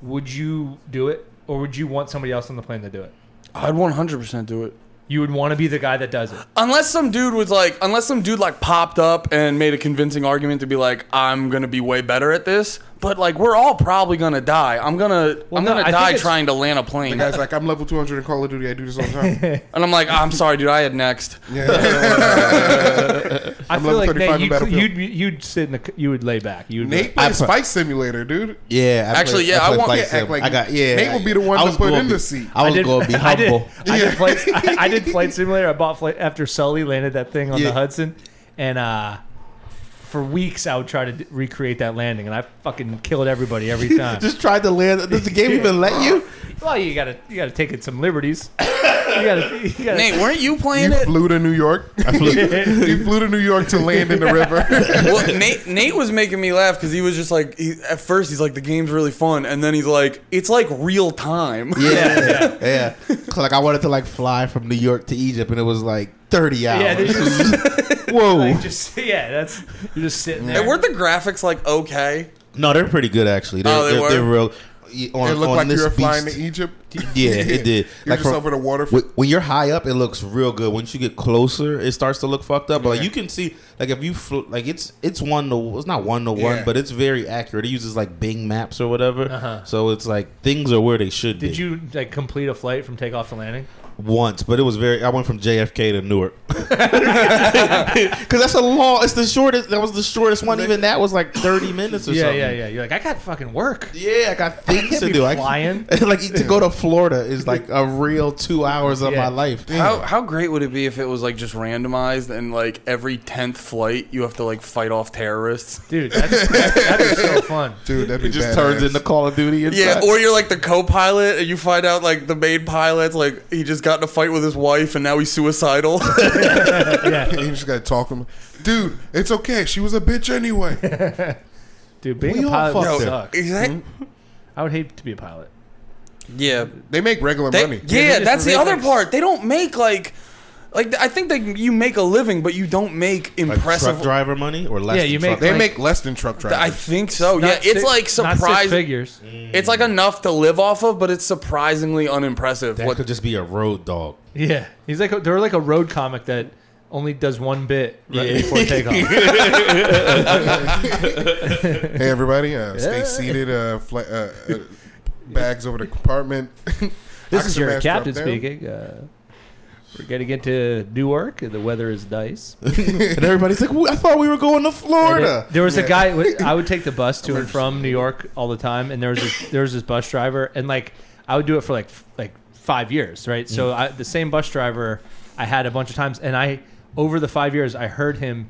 Speaker 4: Would you do it, or would you want somebody else on the plane to do it?
Speaker 1: I'd 100% do it.
Speaker 4: You would want to be the guy that does it.
Speaker 1: Unless some dude was like, unless some dude like popped up and made a convincing argument to be like, I'm gonna be way better at this. But like, we're all probably gonna die. I'm gonna, I'm
Speaker 4: no, I
Speaker 1: gonna
Speaker 4: think
Speaker 1: die
Speaker 4: it's-
Speaker 1: trying to land a
Speaker 2: The
Speaker 1: plane.
Speaker 2: guy's like, I'm level 200 in Call of Duty. I do this all the time.
Speaker 1: And I'm like, "Ah, I'm sorry, dude. I had next.
Speaker 4: I feel
Speaker 2: level
Speaker 4: like
Speaker 2: 35
Speaker 4: Nate,
Speaker 2: in
Speaker 4: you'd,
Speaker 2: Battlefield.
Speaker 4: you'd you'd sit in the, c- you would lay back. You would be
Speaker 2: Nate
Speaker 4: like,
Speaker 2: plays
Speaker 3: I put-
Speaker 2: Flight Simulator, dude.
Speaker 3: yeah, I
Speaker 1: Actually, yeah, I
Speaker 3: played
Speaker 1: want-
Speaker 3: Flight
Speaker 1: yeah,
Speaker 3: Sim.
Speaker 2: act like
Speaker 3: I got yeah.
Speaker 2: Nate would be the one
Speaker 3: I
Speaker 2: to
Speaker 3: was
Speaker 2: put
Speaker 3: gonna
Speaker 2: in
Speaker 3: be-
Speaker 2: the seat.
Speaker 3: I was
Speaker 4: did-
Speaker 3: going to be
Speaker 4: I did-
Speaker 3: humble.
Speaker 4: I did, flight, I, I did flight simulator. I bought flight after Sully landed that thing on
Speaker 3: Yeah.
Speaker 4: the Hudson, and uh, for weeks I would try to d- recreate that landing, and I fucking killed everybody every time.
Speaker 3: Just tried to land. Does the game even let you?
Speaker 4: well, you gotta you gotta take it some liberties. You gotta, you gotta
Speaker 1: Nate, weren't you playing
Speaker 2: You
Speaker 1: it?
Speaker 2: flew to New York. you flew to New York to land in the river.
Speaker 1: well, Nate, Nate was making me laugh because he was just like, he, at first he's like, the game's really fun, and then he's like, it's like real time.
Speaker 3: Yeah, yeah. 'Cause, Like I wanted to like fly from New York to Egypt, and it was like thirty hours.
Speaker 4: yeah, there's just,
Speaker 3: Whoa.
Speaker 4: like, just yeah, that's you're just sitting there.
Speaker 1: And weren't the graphics like okay?
Speaker 3: no, they're pretty good actually. They're,
Speaker 1: Oh, they
Speaker 3: are
Speaker 1: were?
Speaker 3: they're real. y- On,
Speaker 2: It looked
Speaker 3: on
Speaker 2: like
Speaker 3: this
Speaker 2: you were flying
Speaker 3: beast.
Speaker 2: to Egypt.
Speaker 3: Yeah, it did.
Speaker 2: You're
Speaker 3: Like
Speaker 2: just
Speaker 3: from-
Speaker 2: over the water.
Speaker 3: Wh- when you're high up, it looks real good. Once you get closer, it starts to look fucked up. But like you can see, like if you fl- like it's it's one to it's not one to
Speaker 2: Yeah.
Speaker 3: one, but it's very accurate. It uses like Bing Maps or whatever,
Speaker 4: Uh-huh.
Speaker 3: so it's like things are where they should
Speaker 4: Did
Speaker 3: be.
Speaker 4: you like complete a flight from takeoff to landing?
Speaker 3: once, but it was very. I went from JFK to Newark because that's a long. It's the shortest. That was the shortest one. Even that was like thirty minutes or
Speaker 4: Yeah,
Speaker 3: something.
Speaker 4: yeah, yeah. You're like I got fucking work.
Speaker 3: Yeah, I got things
Speaker 4: can't
Speaker 3: to
Speaker 4: be
Speaker 3: do.
Speaker 4: flying.
Speaker 3: I, like to go to Florida is like a real two hours of
Speaker 4: Yeah.
Speaker 3: my life.
Speaker 1: How how great would it be if it was like just randomized and like every tenth flight you have to like fight off terrorists?
Speaker 4: Dude, that's, that, that'd be so fun.
Speaker 2: Dude, that'd be
Speaker 3: It just
Speaker 2: badass.
Speaker 3: turns into Call of Duty. and
Speaker 1: Yeah,
Speaker 3: stuff.
Speaker 1: or you're like the co-pilot and you find out like the main pilot's like he just got in a fight with his wife and now he's suicidal.
Speaker 4: Yeah,
Speaker 2: You just gotta talk to him. Dude, it's okay. She was a bitch anyway.
Speaker 4: dude, being
Speaker 3: We
Speaker 4: a
Speaker 3: all
Speaker 4: pilot
Speaker 3: fucked
Speaker 4: would
Speaker 3: it.
Speaker 4: suck.
Speaker 1: Exact-
Speaker 4: I would hate to be a pilot.
Speaker 1: Mm-hmm. Yeah.
Speaker 2: They make regular
Speaker 1: They-
Speaker 2: money.
Speaker 1: yeah,
Speaker 4: just
Speaker 1: that's the
Speaker 4: make,
Speaker 1: other
Speaker 4: like,
Speaker 1: part. They don't make like like I think that you make a living but you don't make
Speaker 3: Like
Speaker 1: impressive
Speaker 3: truck driver money or less.
Speaker 4: Yeah,
Speaker 3: than
Speaker 4: you
Speaker 3: truck
Speaker 4: make-
Speaker 2: They
Speaker 4: like-
Speaker 2: make less than truck drivers.
Speaker 1: I think so. Oh, yeah,
Speaker 4: Not
Speaker 1: it's
Speaker 4: six-
Speaker 1: like
Speaker 4: not six
Speaker 1: surprising.
Speaker 4: figures.
Speaker 1: It's like enough to live off of, but it's surprisingly unimpressive.
Speaker 3: That
Speaker 1: What
Speaker 3: could just be a road dog.
Speaker 4: Yeah, he's like a, they're like a road comic that only does one bit right
Speaker 3: Yeah.
Speaker 4: before takeoff.
Speaker 2: Hey everybody, uh, stay seated. Uh, fla- uh, uh, bags over the compartment.
Speaker 4: this is
Speaker 2: Oxygen
Speaker 4: your
Speaker 2: mask drop
Speaker 4: captain
Speaker 2: down.
Speaker 4: speaking. Uh, we're getting into Newark. The weather is nice.
Speaker 3: and everybody's like, "Wh- I thought we were going to Florida.
Speaker 4: There was a guy. w- I would take the bus to and from New York all the time, and there was this, there was this bus driver, and like I would do it for like f- like five years, right? So I, the same bus driver I had a bunch of times, and I over the five years I heard him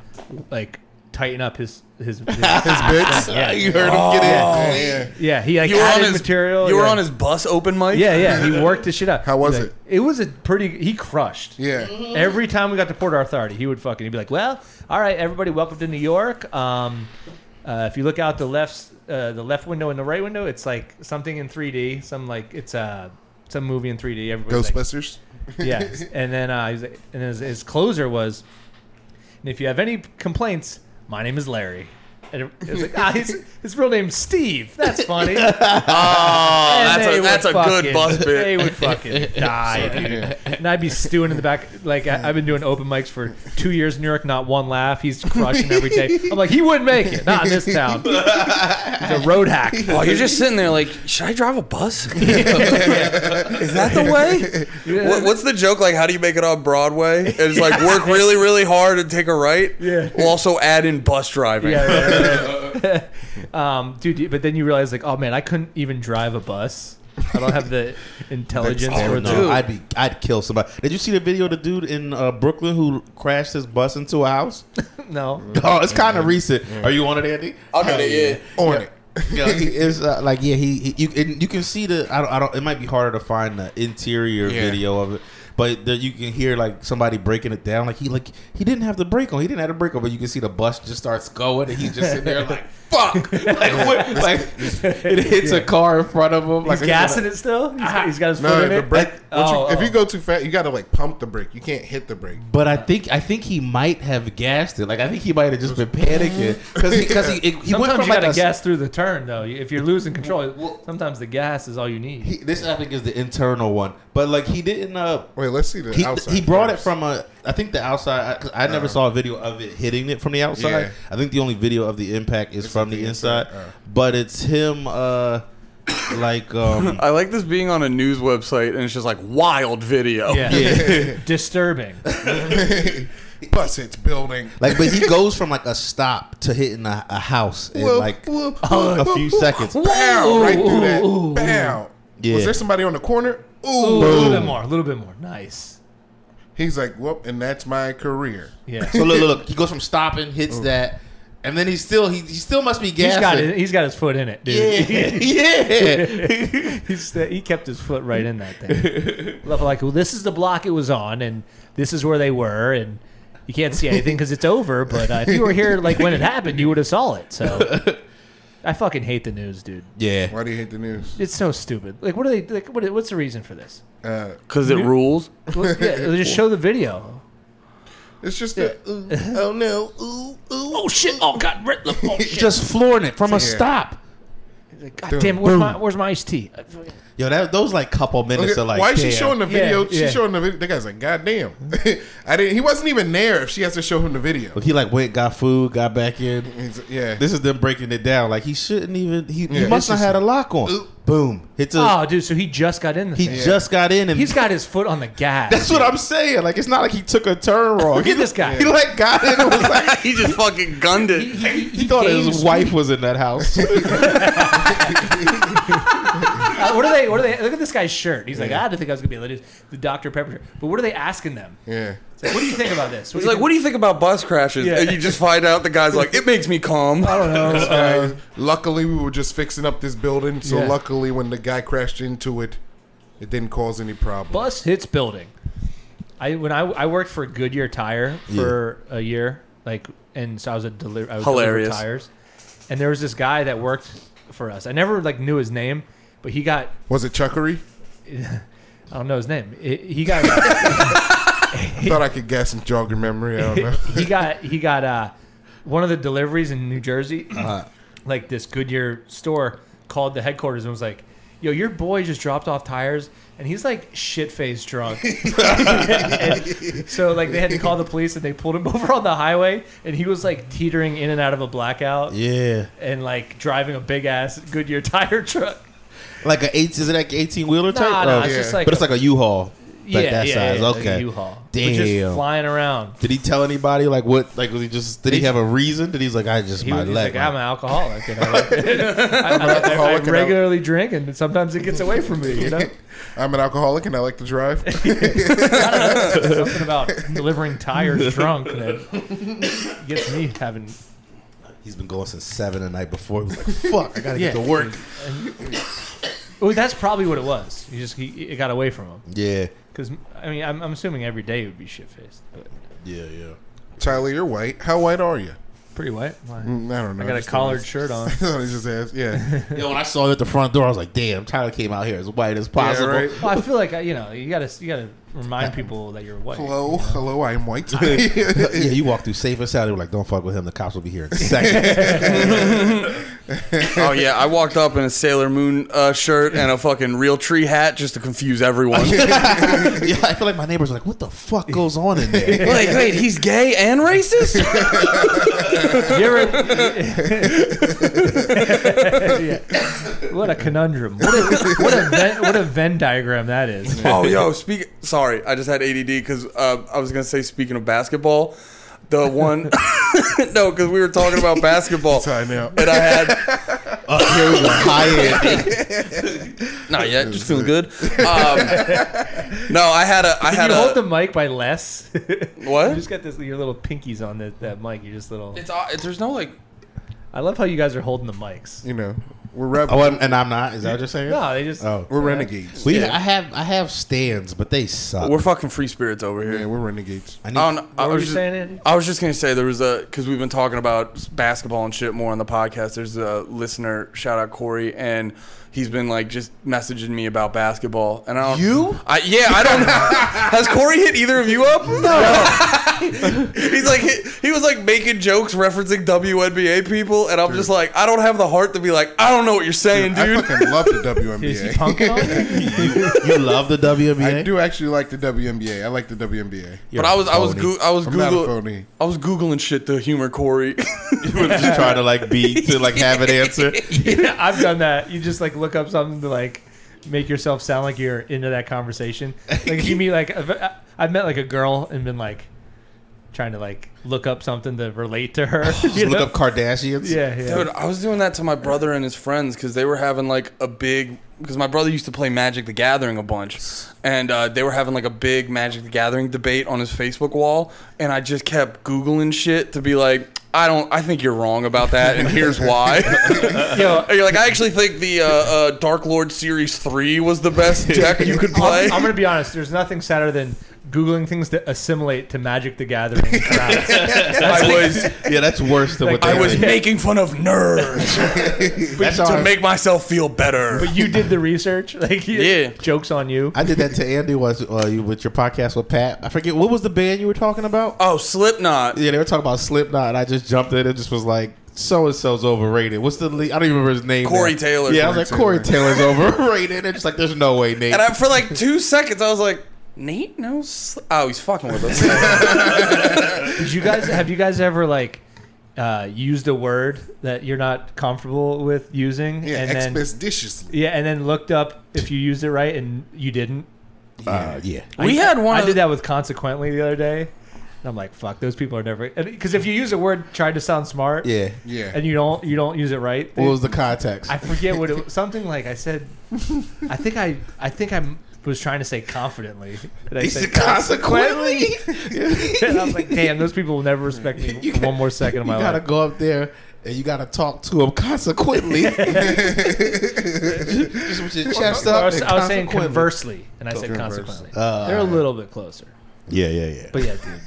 Speaker 4: like tighten up his his, his
Speaker 2: Bitch.
Speaker 4: yeah,
Speaker 3: you heard him get in.
Speaker 2: Yeah.
Speaker 4: yeah he like
Speaker 1: You were on
Speaker 4: added
Speaker 1: his
Speaker 4: material.
Speaker 1: You were
Speaker 4: yeah.
Speaker 1: on his bus open mic.
Speaker 4: Yeah, yeah, he worked his shit out.
Speaker 2: How was
Speaker 4: He's like-
Speaker 2: it?
Speaker 4: It was a pretty. He crushed.
Speaker 2: Yeah.
Speaker 3: Mm-hmm.
Speaker 4: Every time we got to Port Authority, he would fucking he'd be like, "Well, all right, everybody, welcome to New York. Um, uh, if you look out the left, uh, the left window and the right window, it's like something in 3D. Some like it's uh, some movie in 3D. Everybody's like,
Speaker 2: Ghostbusters.
Speaker 4: yeah. And then uh, he's like, and his, his closer was, and if you have any complaints, my name is Larry. And it was like, ah, his, his real name's Steve. That's funny.
Speaker 1: Oh,
Speaker 4: And
Speaker 1: that's
Speaker 4: they
Speaker 1: a
Speaker 4: would
Speaker 1: that's a
Speaker 4: fucking-
Speaker 1: good bus
Speaker 4: They
Speaker 1: bit.
Speaker 4: would fucking die, dude. And I'd be stewing in the back. Like I, I've been doing open mics for two years in New York, not one laugh. He's crushing every day. I'm like, he wouldn't make it. Not in this town. He's a road hack.
Speaker 1: Oh, you're just sitting there like, should I drive a bus? Is that the way? What, what's the joke? Like, how do you make it on Broadway? It's like work really, really hard and take a right.
Speaker 4: Yeah.
Speaker 1: We'll also add in bus driving.
Speaker 4: Yeah, right, right, right. um, dude. But then you realize, like, oh man, I couldn't even drive a bus. I don't have the intelligence
Speaker 3: Oh,
Speaker 4: or
Speaker 3: no,
Speaker 4: the.
Speaker 3: I'd be, I'd kill somebody. Did you see the video of the dude in uh, Brooklyn who crashed his bus into a house?
Speaker 4: No.
Speaker 3: Oh, it's kind of recent. Are you on it, Andy?
Speaker 1: I'll get it.
Speaker 2: On it.
Speaker 3: Yeah, he is uh, like yeah. He, he you and you can see the. I don't, I don't. It might be harder to find the interior
Speaker 2: Yeah.
Speaker 3: video of it, but the, you can hear like somebody breaking it down. Like he like he didn't have the brake on. He didn't have the brake on, but you can see the bus just starts going, and he's just sitting there like fuck, like what, like it hits a car in front of him. Like
Speaker 4: He's gassing it still. He's
Speaker 1: Ah.
Speaker 4: got, he's got his foot
Speaker 2: No,
Speaker 4: in
Speaker 2: the
Speaker 4: it.
Speaker 2: brake. once you-
Speaker 4: Oh,
Speaker 2: If
Speaker 4: oh.
Speaker 2: you go too fast, you got to like pump the brake. You can't hit the brake.
Speaker 3: But I think I think he might have gassed it. Like I think he might have just been panicking because because he, he, he
Speaker 4: Sometimes
Speaker 3: went from
Speaker 4: you
Speaker 3: like
Speaker 4: gotta
Speaker 3: a
Speaker 4: gas through the turn, though. If you're losing control, sometimes the gas is all you need.
Speaker 3: He, this I think is the internal one, but like he didn't. Uh,
Speaker 2: Wait, let's see the
Speaker 3: he,
Speaker 2: outside.
Speaker 3: he brought
Speaker 2: first. Uh.
Speaker 3: it from a. I think the outside. I, 'cause I never saw a video of it hitting it from the outside.
Speaker 2: Yeah.
Speaker 3: I think the only video of the impact is from the, inside.
Speaker 2: inside, uh.
Speaker 3: But it's him. Uh, like um,
Speaker 1: I like this being on a news website and it's just like wild video.
Speaker 4: Yeah.
Speaker 3: yeah.
Speaker 4: Disturbing.
Speaker 2: Bus it's building.
Speaker 3: like, but he goes from like a stop to hitting a, a house in
Speaker 2: Whoop,
Speaker 3: like
Speaker 2: whoop,
Speaker 3: a
Speaker 2: whoop,
Speaker 3: few
Speaker 2: whoop.
Speaker 3: seconds.
Speaker 2: Bow, right through that.
Speaker 4: Ooh, ooh,
Speaker 2: Bow.
Speaker 3: Yeah.
Speaker 2: Was there somebody on the corner? Ooh.
Speaker 4: Ooh, a little bit more. A little bit more. Nice.
Speaker 2: He's like, whoop, and that's my career.
Speaker 4: Yeah.
Speaker 3: So look, look, look, he goes from stopping, hits that, and then he's still he, he still must be
Speaker 4: He's got
Speaker 3: gassing.
Speaker 4: it. He's got his foot in it, dude.
Speaker 3: Yeah, yeah.
Speaker 4: He's, he kept his foot right in that thing. Love like, well, this is the block it was on, and this is where they were, and you can't see anything because it's over. But uh, if you were here, like when it happened, you would have saw it. So, I fucking hate the news, dude.
Speaker 3: yeah.
Speaker 2: Why do you hate the news?
Speaker 4: It's so stupid. Like, what are they? Like, what, what's the reason for this?
Speaker 2: Uh,
Speaker 1: Because it rules.
Speaker 4: Well, yeah, just show the video.
Speaker 2: it's just a, ooh, oh no, ooh, ooh.
Speaker 5: Oh shit! Oh god! Red- Oh shit!
Speaker 3: Just flooring it from a
Speaker 2: Yeah.
Speaker 3: stop.
Speaker 4: Like, God damn it! Where's my where's my iced tea?
Speaker 3: Yo, that those like couple minutes
Speaker 2: Okay,
Speaker 3: are like.
Speaker 2: why is she
Speaker 3: damn.
Speaker 2: showing the video?
Speaker 4: Yeah,
Speaker 2: She's
Speaker 4: yeah.
Speaker 2: showing the video. The guy's like, God damn. I didn't, he wasn't even there if she has to show him the video.
Speaker 3: But he like went, got food, got back in.
Speaker 2: He's- yeah.
Speaker 3: This is them breaking it down. Like he shouldn't even. He, he
Speaker 2: Yeah.
Speaker 3: must not
Speaker 2: It's
Speaker 3: had a lock on.
Speaker 2: Oop.
Speaker 3: Boom. Hits a.
Speaker 4: Oh, dude! So he just got in. The
Speaker 3: he
Speaker 4: thing.
Speaker 3: just got in and.
Speaker 4: He's got his foot on the gas.
Speaker 3: that's what I'm saying. Like it's not like he took a turn wrong.
Speaker 4: Look at this guy.
Speaker 3: He like got in and was like.
Speaker 1: He just fucking gunned it.
Speaker 4: he,
Speaker 3: He thought his wife was in that house.
Speaker 4: Uh, what are they? What are they? Look at this guy's shirt. He's like, I didn't think I was gonna be able to do the Dr Pepper shirt. But what are they asking them?
Speaker 2: yeah.
Speaker 4: It's like, what do you think about this?
Speaker 1: He's like, what do you think about bus crashes?
Speaker 4: Yeah.
Speaker 1: And you just find out the guy's like, it makes me calm.
Speaker 4: I don't know.
Speaker 2: Uh, luckily, we were just fixing up this building. So,
Speaker 4: Yeah.
Speaker 2: luckily, when the guy crashed into it, it didn't cause any problem.
Speaker 4: bus hits building. I when I, I worked for Goodyear Tire for a year, like, and so I was a deli- I was
Speaker 1: Hilarious.
Speaker 4: deliver tires, and there was this guy that worked for us. I never like knew his name, but he got
Speaker 2: Was it Chuckery?
Speaker 4: I don't know his name. He- he got.
Speaker 2: I thought I could guess and jog your memory. I don't know.
Speaker 4: he got he got uh, one of the
Speaker 3: Uh-huh.
Speaker 4: deliveries in New Jersey, like this Goodyear store called the headquarters and was like, yo, your boy just dropped off tires and he's like shit faced drunk. And so like they had to call the police and they pulled him over on the highway and he was like teetering in and out of a blackout
Speaker 3: Yeah.
Speaker 4: and like driving a big ass Goodyear tire truck.
Speaker 3: Like a eight? Is it like eighteen wheeler type?
Speaker 4: Nah, nah,
Speaker 3: Oh,
Speaker 4: it's just like
Speaker 3: but it's like a U-Haul.
Speaker 4: yeah,
Speaker 3: like that
Speaker 4: yeah,
Speaker 3: size.
Speaker 4: yeah, like a
Speaker 3: okay.
Speaker 4: U-Haul. But
Speaker 3: Damn.
Speaker 4: just flying around.
Speaker 3: Did he tell anybody like what? Like was he just? Did he have a reason? Did he's like I just
Speaker 4: He
Speaker 3: my
Speaker 4: was he's
Speaker 3: leg?
Speaker 4: like, I'm an alcoholic. And I'm, like, I, I, I, I
Speaker 2: alcoholic and I-
Speaker 4: regularly drink, and sometimes it gets away from me. You know,
Speaker 2: I'm an alcoholic and I like to drive.
Speaker 4: something about delivering tires drunk that gets me having.
Speaker 3: he's been going since seven the night before. He's like, fuck, I gotta get to work.
Speaker 4: Oh, that's probably what it was. You just he, it got away from him
Speaker 3: Yeah,
Speaker 4: because I mean I'm, I'm assuming every day would be shit faced, but
Speaker 3: yeah, yeah.
Speaker 2: Tyler, you're white. How white are you?
Speaker 4: pretty white. Why?
Speaker 2: Mm, I don't know.
Speaker 4: I got a
Speaker 2: Just
Speaker 4: collared shirt on.
Speaker 2: thought it was just ass. Yeah.
Speaker 3: Yo, when I saw it at the front door, I was like, damn, Tyler came out here as white as possible.
Speaker 2: right.
Speaker 4: Well, I feel like I, you know you gotta you gotta remind people that you're white.
Speaker 2: Hello, hello. I am white.
Speaker 3: yeah, you walk through safe and sound. They were like, don't fuck with him. The cops will be here in seconds.
Speaker 1: Oh yeah, I walked up in a Sailor Moon uh, shirt and a fucking real tree hat just to confuse everyone.
Speaker 3: yeah, I feel like my neighbors are like, what the fuck goes on in there?
Speaker 1: like, wait, he's gay and racist?
Speaker 4: You ever- Yeah. What a conundrum. What a, what, a Venn, what a Venn diagram that is.
Speaker 1: oh, yo, speak. Sorry, I just had ADD because uh, I was gonna say speaking of basketball, the one. no, because we were talking about basketball.
Speaker 2: Time out.
Speaker 1: And I had
Speaker 3: Uh, here we go. High end.
Speaker 1: not yet, just feeling good. Um, no, I had a, I
Speaker 4: Can
Speaker 1: had
Speaker 4: you hold
Speaker 1: a
Speaker 4: the mic by less? you
Speaker 1: what?
Speaker 4: just got this your little pinkies on that, that mic. You're just little.
Speaker 1: It's aw- there's no like.
Speaker 4: I love how you guys are holding the mics.
Speaker 2: You know, we're rep-
Speaker 3: Oh, and, and I'm not. Is that what you're saying?
Speaker 4: No, they just.
Speaker 3: Oh.
Speaker 2: we're renegades.
Speaker 3: We, I have I have stands, but they suck.
Speaker 1: We're fucking free spirits over here.
Speaker 2: yeah, we're renegades.
Speaker 3: I
Speaker 1: I
Speaker 3: need,
Speaker 1: don't. know- I
Speaker 4: What were
Speaker 1: was
Speaker 4: you
Speaker 1: just,
Speaker 4: saying, Andy?
Speaker 1: I was just gonna say there was a because we've been talking about basketball and shit more on the podcast. There's a listener shout out Corey and he's been like just messaging me about basketball and I don't
Speaker 3: You?
Speaker 1: I yeah I don't has Corey hit either of you up no he's like he, he was like making jokes referencing WNBA people and I'm just like I don't have the heart to be like I don't know what you're saying
Speaker 2: I
Speaker 1: dude
Speaker 2: fucking love the
Speaker 4: Is he
Speaker 2: WNBA.
Speaker 4: punking on you?
Speaker 3: you love the WNBA?
Speaker 2: I do actually like the WNBA. I like the WNBA.
Speaker 1: but I was I was
Speaker 3: Google.
Speaker 1: goo I was
Speaker 2: I'm not a
Speaker 1: googling
Speaker 2: phony.
Speaker 1: I was googling shit to humor Corey
Speaker 3: just trying to like be to like have an answer.
Speaker 4: Yeah, I've done that. You just like look up something to like make yourself sound like you're into that conversation. Like if you meet like I've, I've met like a girl and been like trying to like look up something to relate to her. you
Speaker 3: Just look
Speaker 4: know?
Speaker 3: up Kardashians.
Speaker 4: Yeah, yeah.
Speaker 1: Dude, I was doing that to my brother and his friends because they were having like a big. Because my brother used to play Magic the Gathering a bunch, and uh, they were having like a big Magic the Gathering debate on his Facebook wall, and I just kept googling shit to be like, I don't, I think you're wrong about that, and here's why.
Speaker 4: Yo,
Speaker 1: And you're like, I actually think the uh, uh, Dark Lord Series Three was the best deck you could play.
Speaker 4: I'm, I'm gonna be honest. There's nothing sadder than googling things to assimilate to Magic the Gathering. crowds. That's
Speaker 1: I
Speaker 4: like-
Speaker 1: was,
Speaker 3: yeah, that's worse than what
Speaker 4: Like,
Speaker 1: I
Speaker 3: they
Speaker 1: was
Speaker 3: think.
Speaker 1: making fun of nerds
Speaker 3: That's how
Speaker 1: to
Speaker 3: I-
Speaker 1: make myself feel better.
Speaker 4: but you did the research. Like, you,
Speaker 1: Yeah.
Speaker 4: jokes on you.
Speaker 3: I did that to Andy once uh, you, with your podcast with Pat. I forget what was the band you were talking about.
Speaker 1: Oh, Slipknot.
Speaker 3: Uh, Yeah, they were talking about Slipknot. And I just jumped in and just was like, "So and so's overrated." What's the lead? I don't even remember his name.
Speaker 1: Corey
Speaker 3: now.
Speaker 1: Taylor.
Speaker 3: Yeah, I was like,
Speaker 2: Corey
Speaker 3: Corey Taylor's overrated. And just like, there's no way, Nate.
Speaker 1: And I, for like two seconds, I was like, Nate knows. Sli- Oh, he's fucking with us.
Speaker 4: Did you guys have you guys ever like uh, used a word that you're not comfortable with using?
Speaker 2: Yeah,
Speaker 4: and then
Speaker 2: expeditiously.
Speaker 4: yeah, and then looked up if you used it right and you didn't.
Speaker 3: uh, yeah.
Speaker 1: we had one.
Speaker 4: I
Speaker 1: of
Speaker 4: did
Speaker 1: the-
Speaker 4: that with consequently the other day, and I'm like, fuck, those people are never because if you use a word trying to sound smart,
Speaker 3: Yeah.
Speaker 2: Yeah.
Speaker 4: and you don't you don't use it right.
Speaker 3: What
Speaker 4: they-
Speaker 3: was the context?
Speaker 4: I forget what it was. Something like I said. I think I I think I was trying to say confidently. And I
Speaker 3: He
Speaker 4: said
Speaker 3: said, consequently,
Speaker 4: and I was like, damn, those people will never respect me
Speaker 3: You
Speaker 4: for
Speaker 3: got-
Speaker 4: one more second of
Speaker 3: you
Speaker 4: my
Speaker 3: gotta
Speaker 4: life.
Speaker 3: go up there and you gotta talk to him consequently. just with your chest
Speaker 4: So
Speaker 3: up.
Speaker 4: I was,
Speaker 3: and
Speaker 4: I was saying
Speaker 3: consequently.
Speaker 4: conversely, and I said
Speaker 2: Conversely.
Speaker 4: consequently.
Speaker 3: Uh,
Speaker 4: They're a little bit closer,
Speaker 3: Yeah, yeah, yeah.
Speaker 4: but yeah, dude.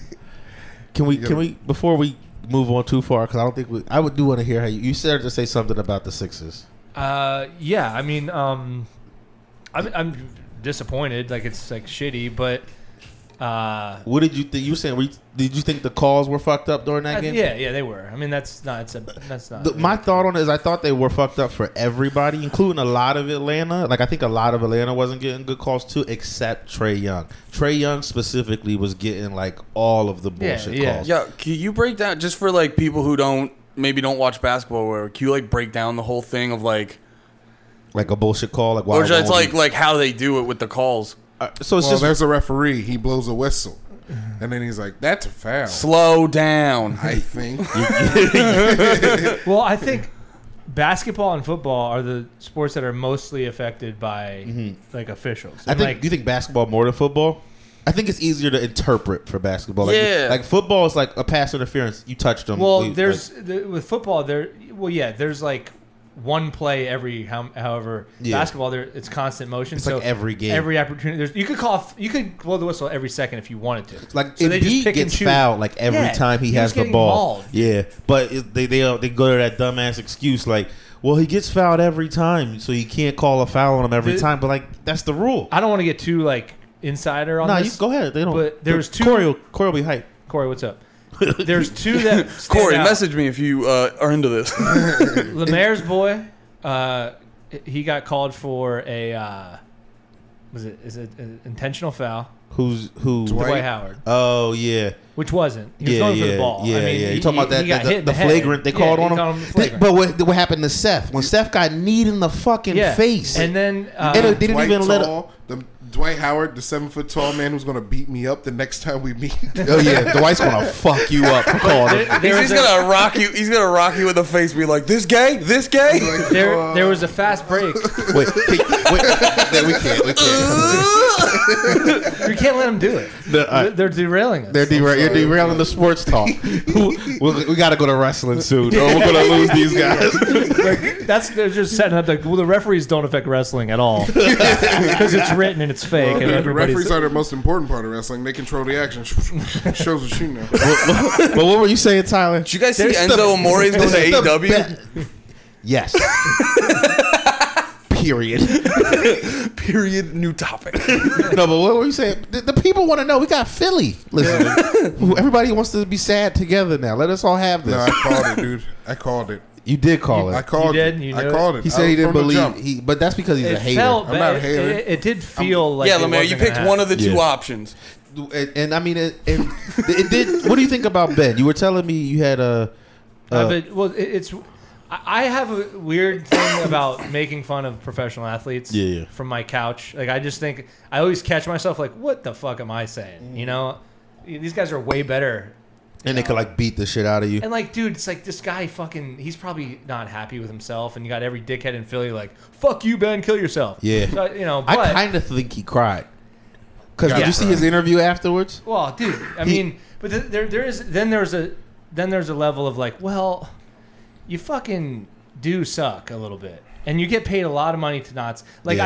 Speaker 3: Can we?
Speaker 2: gotta-
Speaker 3: Can we? Before we move on too far, because I don't think we. I would do want to hear how you, you started to say something about the Sixers.
Speaker 4: Uh, yeah, I mean, um, I'm, I'm disappointed. Like it's like shitty, but Uh,
Speaker 3: What did you think? You were saying? Were you, did you think the calls were fucked up during that
Speaker 4: I-
Speaker 3: game?
Speaker 4: Uh, yeah, yeah, they were. I mean, that's not. It's a, that's not.
Speaker 3: The, my thought on it is, I thought they were fucked up for everybody, including a lot of Atlanta. Like I think a lot of Atlanta wasn't getting good calls too, except Trey Young. Trey Young specifically was getting like all of the
Speaker 4: Yeah,
Speaker 3: bullshit
Speaker 4: yeah.
Speaker 3: calls.
Speaker 1: Yeah, can you break down just for like people who don't maybe don't watch basketball? or whatever, can you like break down the whole thing of like,
Speaker 3: Like a bullshit call, like why
Speaker 1: or just
Speaker 3: won't
Speaker 1: like
Speaker 3: he-
Speaker 1: like how they do it with the calls?
Speaker 3: Uh, so it's
Speaker 2: Well,
Speaker 3: just
Speaker 2: there's a referee. He blows a whistle, and then he's like, "That's a foul."
Speaker 1: Slow down.
Speaker 2: I think.
Speaker 4: well, I think basketball and football are the sports that are mostly affected by like officials.
Speaker 3: Mm-hmm. I
Speaker 4: And,
Speaker 3: think
Speaker 4: like,
Speaker 3: you think basketball more than football. I think it's easier to interpret for basketball. Like,
Speaker 1: Yeah.
Speaker 3: like football is like a pass interference. You touched them.
Speaker 4: Well,
Speaker 3: we-
Speaker 4: there's the, with football there. Well, yeah, there's like one play every how, however
Speaker 3: Yeah.
Speaker 4: basketball there it's constant motion.
Speaker 3: It's
Speaker 4: so
Speaker 3: like every game.
Speaker 4: every opportunity. There's you could call f- you could blow the whistle every second if you wanted to.
Speaker 3: like, like
Speaker 4: So they just
Speaker 3: Embiid
Speaker 4: pick and
Speaker 3: gets
Speaker 4: choose.
Speaker 3: fouled like every
Speaker 4: Yeah,
Speaker 3: time
Speaker 4: he
Speaker 3: he, has
Speaker 4: was
Speaker 3: the
Speaker 4: getting
Speaker 3: ball.
Speaker 4: mauled.
Speaker 3: Yeah, but it, they they uh, they go to that dumbass excuse like, well, he gets fouled every time, so you can't call a foul on him every
Speaker 4: The-
Speaker 3: time. But like that's the rule.
Speaker 4: I don't want to get too like insider on
Speaker 3: No, you
Speaker 4: this.
Speaker 3: go ahead. They don't.
Speaker 4: But there was two-
Speaker 3: Corey. will- Corey will be hype.
Speaker 4: Corey, what's up? There's two that stand
Speaker 1: Corey,
Speaker 4: out.
Speaker 1: message me if you uh, are into this.
Speaker 4: Lemaire's boy. Uh, he got called for a uh, was it is it an intentional foul?
Speaker 3: Who's who?
Speaker 2: Dwight.
Speaker 4: Dwight Howard,
Speaker 3: Oh yeah.
Speaker 4: which wasn't. He was
Speaker 3: yeah,
Speaker 4: going
Speaker 3: yeah,
Speaker 4: for the ball.
Speaker 3: Yeah,
Speaker 4: I mean,
Speaker 3: yeah.
Speaker 4: he-
Speaker 3: You talking about
Speaker 4: he
Speaker 3: that?
Speaker 4: got
Speaker 3: the-
Speaker 4: hit
Speaker 3: the,
Speaker 4: in
Speaker 3: the
Speaker 4: head.
Speaker 3: flagrant they
Speaker 4: Yeah,
Speaker 3: called
Speaker 4: he
Speaker 3: on him.
Speaker 4: called him the
Speaker 3: Th-
Speaker 4: flagrant.
Speaker 3: but what, what happened to Seth? When Seth got kneed in the fucking
Speaker 4: yeah.
Speaker 3: face,
Speaker 4: And then uh,
Speaker 3: And it- they didn't
Speaker 2: Dwight
Speaker 3: even let.
Speaker 2: Tall, the Dwight Howard, the seven foot tall man who's gonna beat me up the next time we meet.
Speaker 3: Oh yeah, Dwight's gonna fuck you up for calling. it.
Speaker 4: there
Speaker 1: he's
Speaker 4: was
Speaker 1: just
Speaker 4: a-
Speaker 1: gonna rock you. He's gonna rock you in the face. Be like, this gay, this gay.
Speaker 2: Like,
Speaker 4: there,
Speaker 2: uh,
Speaker 4: there was a fast break.
Speaker 3: Wait, wait, wait. No, we can't. We can't.
Speaker 4: You can't let him do it.
Speaker 3: No, all right.
Speaker 4: They're derailing us.
Speaker 3: uh, They're dera- you're derailing the sports talk. we, we got to go to wrestling soon, or we're gonna lose these guys.
Speaker 4: Like, that's they're just setting up like well the referees don't affect wrestling at all because it's written and it's fake
Speaker 2: well,
Speaker 4: and
Speaker 2: the, the referees
Speaker 4: everybody's
Speaker 2: are the most important part of wrestling. They control the action. Shows what you know.
Speaker 3: but what were you saying, Tyler?
Speaker 1: Did you guys see
Speaker 3: There's the-
Speaker 1: Enzo Amore's going to E
Speaker 3: This is the
Speaker 1: AEW?
Speaker 3: be- Yes. Period.
Speaker 1: Period. New topic.
Speaker 3: No, but what were you saying? The, the people want to know. We got Philly. Listen, everybody wants to be sad together now. Let us all have this.
Speaker 2: No, I called it, dude. I called it.
Speaker 3: you did call
Speaker 2: I
Speaker 3: it.
Speaker 2: called
Speaker 4: You did?
Speaker 2: it.
Speaker 4: You
Speaker 2: I
Speaker 4: knew it?
Speaker 2: called it.
Speaker 3: He said
Speaker 2: I-
Speaker 3: he didn't
Speaker 2: from the
Speaker 3: believe.
Speaker 2: jump.
Speaker 3: He, but that's because he's a
Speaker 4: it
Speaker 3: hater.
Speaker 4: felt
Speaker 2: I'm not a
Speaker 4: bad.
Speaker 2: hater.
Speaker 4: It, it- it did feel like
Speaker 1: yeah,
Speaker 4: it
Speaker 1: Lemaire, you
Speaker 4: wasn't gonna
Speaker 1: picked one
Speaker 4: happen.
Speaker 1: of the two
Speaker 3: Yeah.
Speaker 1: options.
Speaker 3: and, and I mean, it, it, it did. What do you think about Ben? You were telling me you had a.
Speaker 4: Uh, but well, it, it's. I I have a weird thing about making fun of professional athletes
Speaker 3: Yeah, yeah.
Speaker 4: from my couch. Like I just think I always catch myself like, what the fuck am I saying? You know, these guys are way better.
Speaker 3: and they could like beat the shit out of you.
Speaker 4: And like, dude, it's like this guy fucking. He's probably not happy with himself, and you got every dickhead in Philly like, fuck you, Ben, kill yourself.
Speaker 3: Yeah.
Speaker 4: So, you know, but
Speaker 3: I kind of think he cried. Because did
Speaker 4: Yeah.
Speaker 3: you see his interview afterwards?
Speaker 4: well, dude, I
Speaker 3: He-
Speaker 4: mean, but th- there there is then there's a then there's a level of like, well, you fucking do suck a little bit, and you get paid a lot of money to not. s- Like
Speaker 3: Yeah.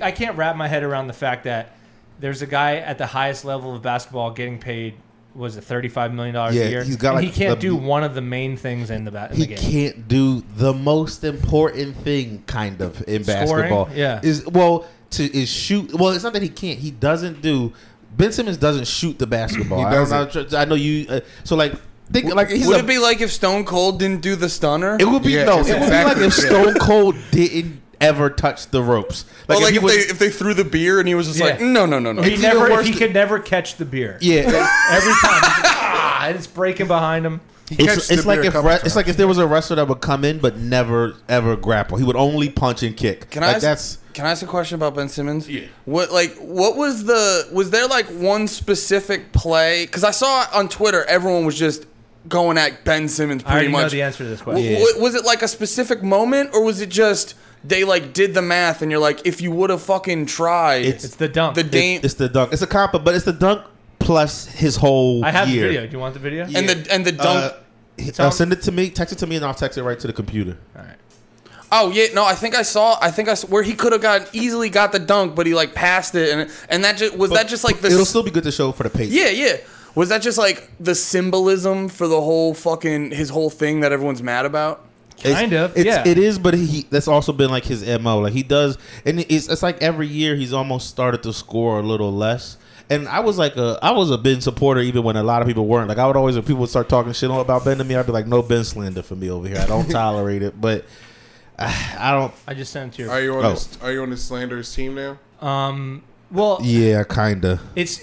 Speaker 4: I I can't wrap my head around the fact that there's a guy at the highest level of basketball getting paid. Was it thirty five million dollars
Speaker 3: Yeah,
Speaker 4: a year?
Speaker 3: he's got,
Speaker 4: and
Speaker 3: like,
Speaker 4: he can't
Speaker 3: the-
Speaker 4: do one of the main things in the, ba- in
Speaker 3: He
Speaker 4: the game.
Speaker 3: can't do the most important thing, kind of, in basketball.
Speaker 4: Yeah.
Speaker 3: Is well to is shoot. Well, it's not that he can't. He doesn't do. Ben Simmons doesn't shoot the basketball.
Speaker 2: He
Speaker 3: I don't
Speaker 2: doesn't.
Speaker 3: know- I know you. Uh, so like, think like he's
Speaker 1: Would
Speaker 3: a-
Speaker 1: it be like if Stone Cold didn't do the stunner?
Speaker 3: It would be
Speaker 2: Yeah,
Speaker 3: no. It
Speaker 2: it's
Speaker 3: would be like
Speaker 2: exactly-
Speaker 3: if
Speaker 2: yeah.
Speaker 3: Stone Cold didn't ever touch the ropes.
Speaker 1: Like, like
Speaker 3: he
Speaker 1: if,
Speaker 3: was-
Speaker 1: they if they threw the beer and he was just
Speaker 4: Yeah.
Speaker 1: like, no, no, no, no.
Speaker 4: He
Speaker 3: even
Speaker 4: never if
Speaker 3: worse
Speaker 4: he
Speaker 3: than-
Speaker 4: could never catch the beer.
Speaker 3: yeah.
Speaker 4: Every time, he's like, ah, and it's breaking behind him.
Speaker 2: catches
Speaker 3: It's,
Speaker 2: the
Speaker 3: it's like
Speaker 2: beer a
Speaker 3: if
Speaker 2: couple
Speaker 3: re- it's like
Speaker 2: times.
Speaker 3: if there was a wrestler that would come in but never ever grapple. He would only punch and kick.
Speaker 1: Can I
Speaker 3: like
Speaker 1: ask,
Speaker 3: that's
Speaker 1: Can I ask a question about Ben Simmons? Yeah. What like what was the was there like one specific play? Because I saw on Twitter everyone was just going at Ben Simmons
Speaker 4: I
Speaker 1: pretty
Speaker 4: already
Speaker 1: much.
Speaker 4: know the answer to this question.
Speaker 1: W- w- was it like a specific moment or was it just they like did the math and you're like if you would have fucking tried
Speaker 3: It's-
Speaker 4: It's the dump.
Speaker 1: the game
Speaker 3: it's the dunk. It's a comp, but it's the dunk plus his whole
Speaker 4: I have
Speaker 3: year.
Speaker 4: the video. Do you want the video?
Speaker 1: and the and the dunk.
Speaker 3: Uh, he- uh, send it to me, text it to me, and I'll text it right to the computer.
Speaker 4: All right.
Speaker 1: oh yeah, no, I think I saw. I think I saw where he could have got easily got the dunk, but he like passed it and and that just was that just like the
Speaker 3: It'll
Speaker 1: s-
Speaker 3: still be good to show for the page.
Speaker 1: Yeah, yeah. Was that just like the symbolism for the whole fucking his whole thing that everyone's mad about?
Speaker 4: Kind of,
Speaker 3: It's,
Speaker 4: yeah.
Speaker 3: It is, but he that's also been like his mo. Like he does, and it's, it's like every year he's almost started to score a little less. And I was like a I was a Ben supporter even when a lot of people weren't. Like I would always when people would start talking shit on about Ben to me, I'd be like, no Ben slander for me over here. I don't tolerate it. But I, I don't.
Speaker 4: I just sent it to
Speaker 2: Are
Speaker 4: your.
Speaker 2: you on
Speaker 3: Oh.
Speaker 2: this? Are you on this slanderous team now?
Speaker 4: Um, well,
Speaker 3: Yeah, kinda.
Speaker 4: It's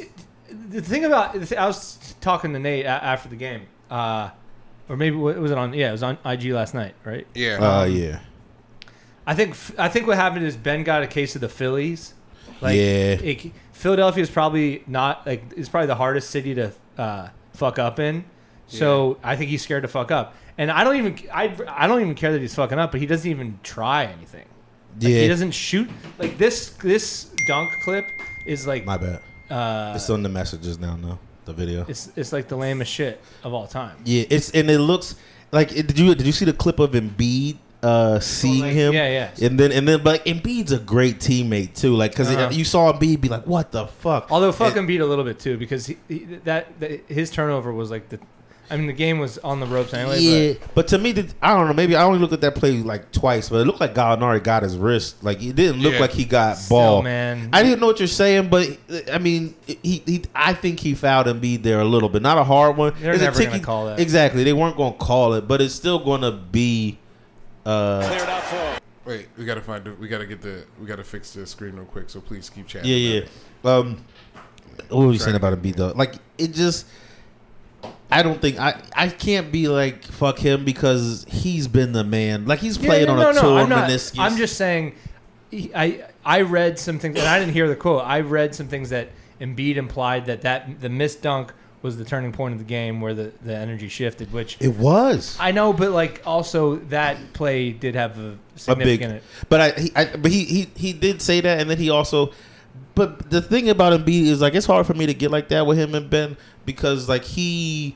Speaker 4: the thing about I was talking to Nate a- after the game, uh, or maybe wa- was it on? Yeah, it was on IG last night, right?
Speaker 2: Yeah.
Speaker 3: Uh,
Speaker 4: Um,
Speaker 3: yeah.
Speaker 4: I think I think what happened is Ben got a case of the Phillies. Like,
Speaker 3: Yeah.
Speaker 4: it, Philadelphia is probably not like it's probably the hardest city to uh, fuck up in. So I think he's scared to fuck up, and I don't even I I don't even care that he's fucking up, but he doesn't even try anything. Like,
Speaker 3: Yeah.
Speaker 4: he doesn't shoot like this. This dunk clip is like
Speaker 3: My bad.
Speaker 4: uh,
Speaker 3: It's on the messages now. No, the video.
Speaker 4: It's it's like the lamest shit of all time.
Speaker 3: Yeah, it's and it looks like it, did you did you see the clip of Embiid uh, seeing
Speaker 4: like-
Speaker 3: him?
Speaker 4: yeah, yeah.
Speaker 3: And then and then but Embiid's a great teammate too. Like because
Speaker 4: Uh-huh.
Speaker 3: you saw Embiid be like, what the fuck?
Speaker 4: Although fuck
Speaker 3: And-
Speaker 4: him beat a little bit too because he, he, that, that his turnover was like the, I mean the game was on the ropes anyway.
Speaker 3: Yeah, but, to me, the, I don't know. Maybe I only looked at that play like twice, but it looked like Gallinari got his wrist. Like it didn't look
Speaker 2: Yeah.
Speaker 3: like he got
Speaker 4: Still,
Speaker 3: ball.
Speaker 4: man.
Speaker 3: I didn't know what you're saying, but I mean, he, he I think he fouled Embiid there a little bit, not a hard one.
Speaker 4: They're
Speaker 3: It's a
Speaker 4: never gonna
Speaker 3: ticky-
Speaker 4: call that.
Speaker 3: Exactly, they weren't going to call it, but it's still going to be. Uh,
Speaker 2: Wait, we gotta find. the- We gotta get the. We gotta fix the screen real quick. So please keep chatting.
Speaker 3: Yeah,
Speaker 2: about
Speaker 3: yeah.
Speaker 2: it.
Speaker 3: Um, what were you saying about Embiid though? Like it just, I don't think I I can't be like fuck him because he's been the man. Like he's
Speaker 4: Yeah,
Speaker 3: playing
Speaker 4: yeah,
Speaker 3: on
Speaker 4: no,
Speaker 3: a
Speaker 4: no,
Speaker 3: torn
Speaker 4: I'm not-
Speaker 3: meniscus.
Speaker 4: I'm just saying, he- I I read some things and I didn't hear the quote. I read some things that Embiid implied that that the missed dunk was the turning point of the game where the the energy shifted, which.
Speaker 3: It was
Speaker 4: I know, but like also that play did have a
Speaker 3: a big,
Speaker 4: significant.
Speaker 3: but I, he, I but he, he he did say that, and then he also. But the thing about Embiid is like it's hard for me to get like that with him and Ben because like he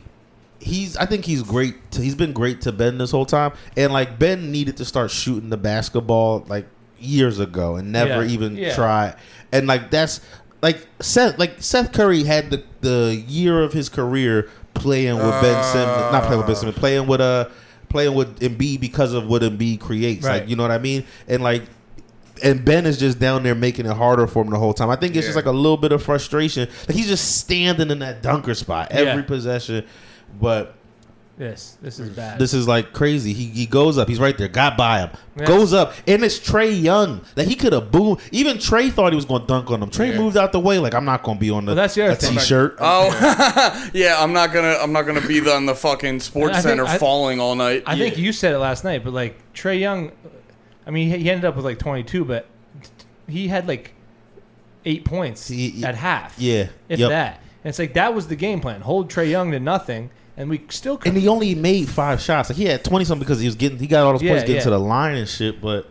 Speaker 3: he's I think he's great. To, he's been great to Ben this whole time, and like Ben needed to start shooting the basketball like years ago and never
Speaker 4: Yeah.
Speaker 3: even
Speaker 4: Yeah.
Speaker 3: tried. And like that's like Seth like Seth Curry had the the year of his career playing with Ben Simmons, not playing with Ben Simmons, playing with uh playing with Embiid because of what Embiid creates.
Speaker 4: Right.
Speaker 3: Like you know what I mean? And like and Ben is just down there making it harder for him the whole time. I think it's just
Speaker 2: Yeah.
Speaker 3: like a little bit of frustration. Like he's just standing in that dunker spot every
Speaker 4: Yeah.
Speaker 3: possession. But
Speaker 4: This this is bad.
Speaker 3: this is like crazy. He, he goes up. He's right there. Got by him.
Speaker 4: Yeah.
Speaker 3: Goes up. And it's Trey Young. Like he could have boom. Even Trey thought he was going to dunk on him. Trey
Speaker 2: Yeah.
Speaker 3: moved out the way. Like I'm not going to be on the
Speaker 4: Well, that's the other
Speaker 3: a
Speaker 4: thing.
Speaker 3: t-shirt.
Speaker 1: Oh, yeah. I'm not gonna. I'm not gonna be on the fucking sports
Speaker 4: I think-
Speaker 1: center
Speaker 4: I-
Speaker 1: falling all night.
Speaker 4: I think you said it last night, but like Trey Young, I mean, he- he ended up with like 22, but he had like eight points
Speaker 3: He- he-
Speaker 4: at half.
Speaker 3: yeah.
Speaker 4: If
Speaker 3: Yep.
Speaker 4: that. And it's like that was the game plan. Hold Trey Young to nothing, and we still could.
Speaker 3: And he only made five shots. Like he had twenty something because he was getting he got all those
Speaker 4: Yeah,
Speaker 3: points getting
Speaker 4: yeah.
Speaker 3: to the line and shit. But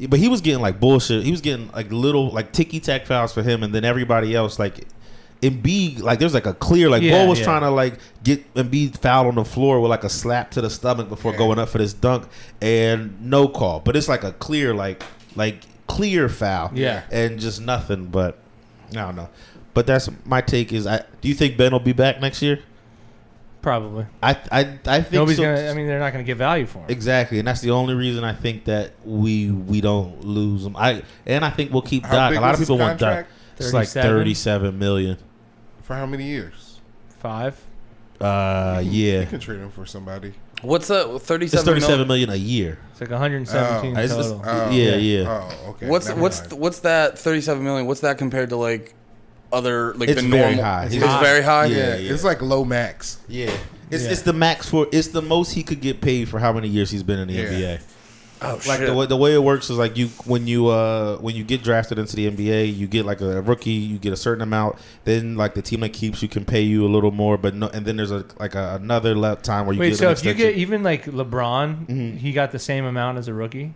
Speaker 3: but he was getting like bullshit. He was getting like little like ticky tack fouls for him, and then everybody else like Embiid like there's like a clear like
Speaker 4: Yeah,
Speaker 3: Bull was
Speaker 4: yeah.
Speaker 3: trying to like get Embiid fouled on the floor with like a slap to the stomach before going up for this dunk and no call. But it's like a clear like like clear foul.
Speaker 4: Yeah.
Speaker 3: and just nothing. But I don't know. But that's my take. Is I do you think Ben will be back next year?
Speaker 4: probably.
Speaker 3: I I I think
Speaker 4: Nobody's
Speaker 3: so.
Speaker 4: going to, I mean, they're not going to get value for him.
Speaker 3: Exactly, and that's the only reason I think that we we don't lose them. I and I think we'll keep
Speaker 2: How
Speaker 3: Doc.
Speaker 2: big
Speaker 3: A lot
Speaker 2: was
Speaker 3: of
Speaker 2: his
Speaker 3: people want Doc.
Speaker 2: contract?
Speaker 3: It's like
Speaker 4: 37?
Speaker 3: thirty-seven million.
Speaker 2: For how many years?
Speaker 4: Five.
Speaker 3: Uh,
Speaker 2: You
Speaker 3: yeah,
Speaker 2: can trade him for somebody.
Speaker 1: What's that?
Speaker 3: it's
Speaker 1: Thirty-seven.
Speaker 3: thirty-seven million a year.
Speaker 4: It's like 117
Speaker 3: It's Oh, just-
Speaker 4: total.
Speaker 2: Oh,
Speaker 3: yeah, yeah.
Speaker 2: Oh, okay.
Speaker 1: What's
Speaker 2: never
Speaker 1: what's
Speaker 2: mind.
Speaker 1: what's that? Thirty-seven million. What's that compared to like other like
Speaker 3: It's
Speaker 1: the
Speaker 3: very
Speaker 1: normal?
Speaker 3: high.
Speaker 1: It's,
Speaker 3: It's high.
Speaker 1: very high.
Speaker 2: yeah,
Speaker 3: Yeah, yeah.
Speaker 2: It's like low max.
Speaker 3: Yeah, it's
Speaker 4: Yeah.
Speaker 3: it's the max for it's the most he could get paid for how many years he's been in the
Speaker 2: Yeah.
Speaker 3: NBA.
Speaker 1: Oh
Speaker 3: Like the way, the way it works is like you when you uh when you get drafted into the NBA, you get like a rookie, you get a certain amount. Then like the team that keeps you can pay you a little more, but no, and then there's a like a, another left time where you
Speaker 4: Wait,
Speaker 3: get
Speaker 4: so
Speaker 3: an
Speaker 4: if you
Speaker 3: extension. Mm-hmm.
Speaker 4: get even like LeBron, he got the same amount as a rookie?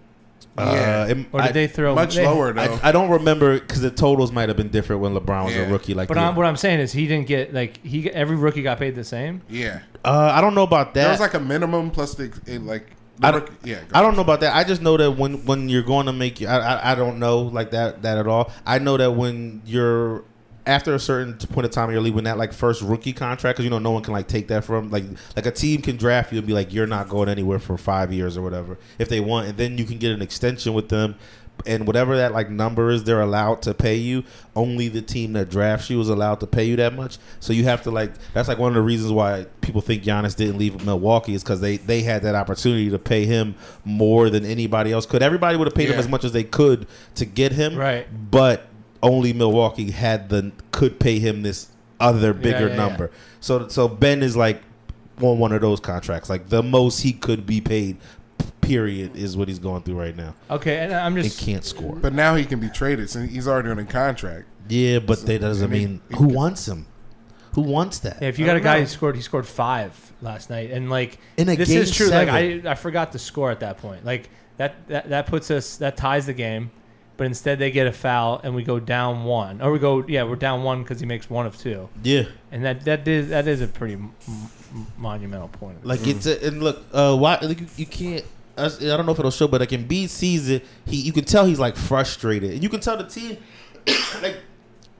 Speaker 3: uh,
Speaker 2: Yeah.
Speaker 3: it-
Speaker 4: Or did
Speaker 3: I,
Speaker 4: they throw
Speaker 2: Much
Speaker 4: they-
Speaker 2: lower though.
Speaker 3: I, I don't remember because the totals might have been different when LeBron was
Speaker 2: Yeah.
Speaker 3: a rookie. Like,
Speaker 4: But
Speaker 3: the-
Speaker 4: I'm, what I'm saying is he didn't get like he every rookie got paid the same.
Speaker 2: yeah.
Speaker 3: uh, I don't know about that.
Speaker 2: There was like a minimum plus the it, like. The
Speaker 3: I
Speaker 2: rookie-
Speaker 3: don't,
Speaker 2: yeah. go
Speaker 3: I don't know about that. I just know that when when you're going to make, I, I I don't know like that that at all. I know that when you're after a certain point of time in your league, when that like first rookie contract, because you know no one can like take that from like like a team can draft you and be like you're not going anywhere for five years or whatever if they want, and then you can get an extension with them, and whatever that like number is they're allowed to pay you. Only the team that drafts you is allowed to pay you that much. So you have to like that's like one of the reasons why people think Giannis didn't leave Milwaukee is because they they had that opportunity to pay him more than anybody else could. Everybody would have paid him
Speaker 2: Yeah.
Speaker 3: as much as they could to get him,
Speaker 4: Right.
Speaker 3: But only Milwaukee had the could pay him this other bigger
Speaker 4: yeah, yeah.
Speaker 3: number. So so Ben is like on one of those contracts. Like the most he could be paid, period, is what he's going through right now.
Speaker 4: Okay, and I'm
Speaker 3: They
Speaker 4: just
Speaker 3: can't score.
Speaker 2: But now he can be traded since he's already on a contract.
Speaker 3: Yeah, but that doesn't
Speaker 2: I mean,
Speaker 3: mean
Speaker 2: it
Speaker 3: who
Speaker 2: could-
Speaker 3: wants him. Who wants that?
Speaker 4: Yeah, if
Speaker 2: I
Speaker 4: you got a
Speaker 2: don't
Speaker 4: guy
Speaker 2: know.
Speaker 4: who scored, he scored five last night, and like
Speaker 3: In a
Speaker 4: this
Speaker 3: game
Speaker 4: is true.
Speaker 3: seven.
Speaker 4: Like I, I forgot the score at that point. Like that, that that puts us that ties the game, but instead they get a foul and we go down one, or we go yeah we're down one because he makes one of two,
Speaker 3: yeah.
Speaker 4: and that that is that is a pretty m- m- monumental point.
Speaker 3: Like
Speaker 2: Mm.
Speaker 3: it's a, and look, uh, why like you, you can't. us- I don't know if it'll show, but like in B season, he you can tell he's like frustrated, and you can tell the team like.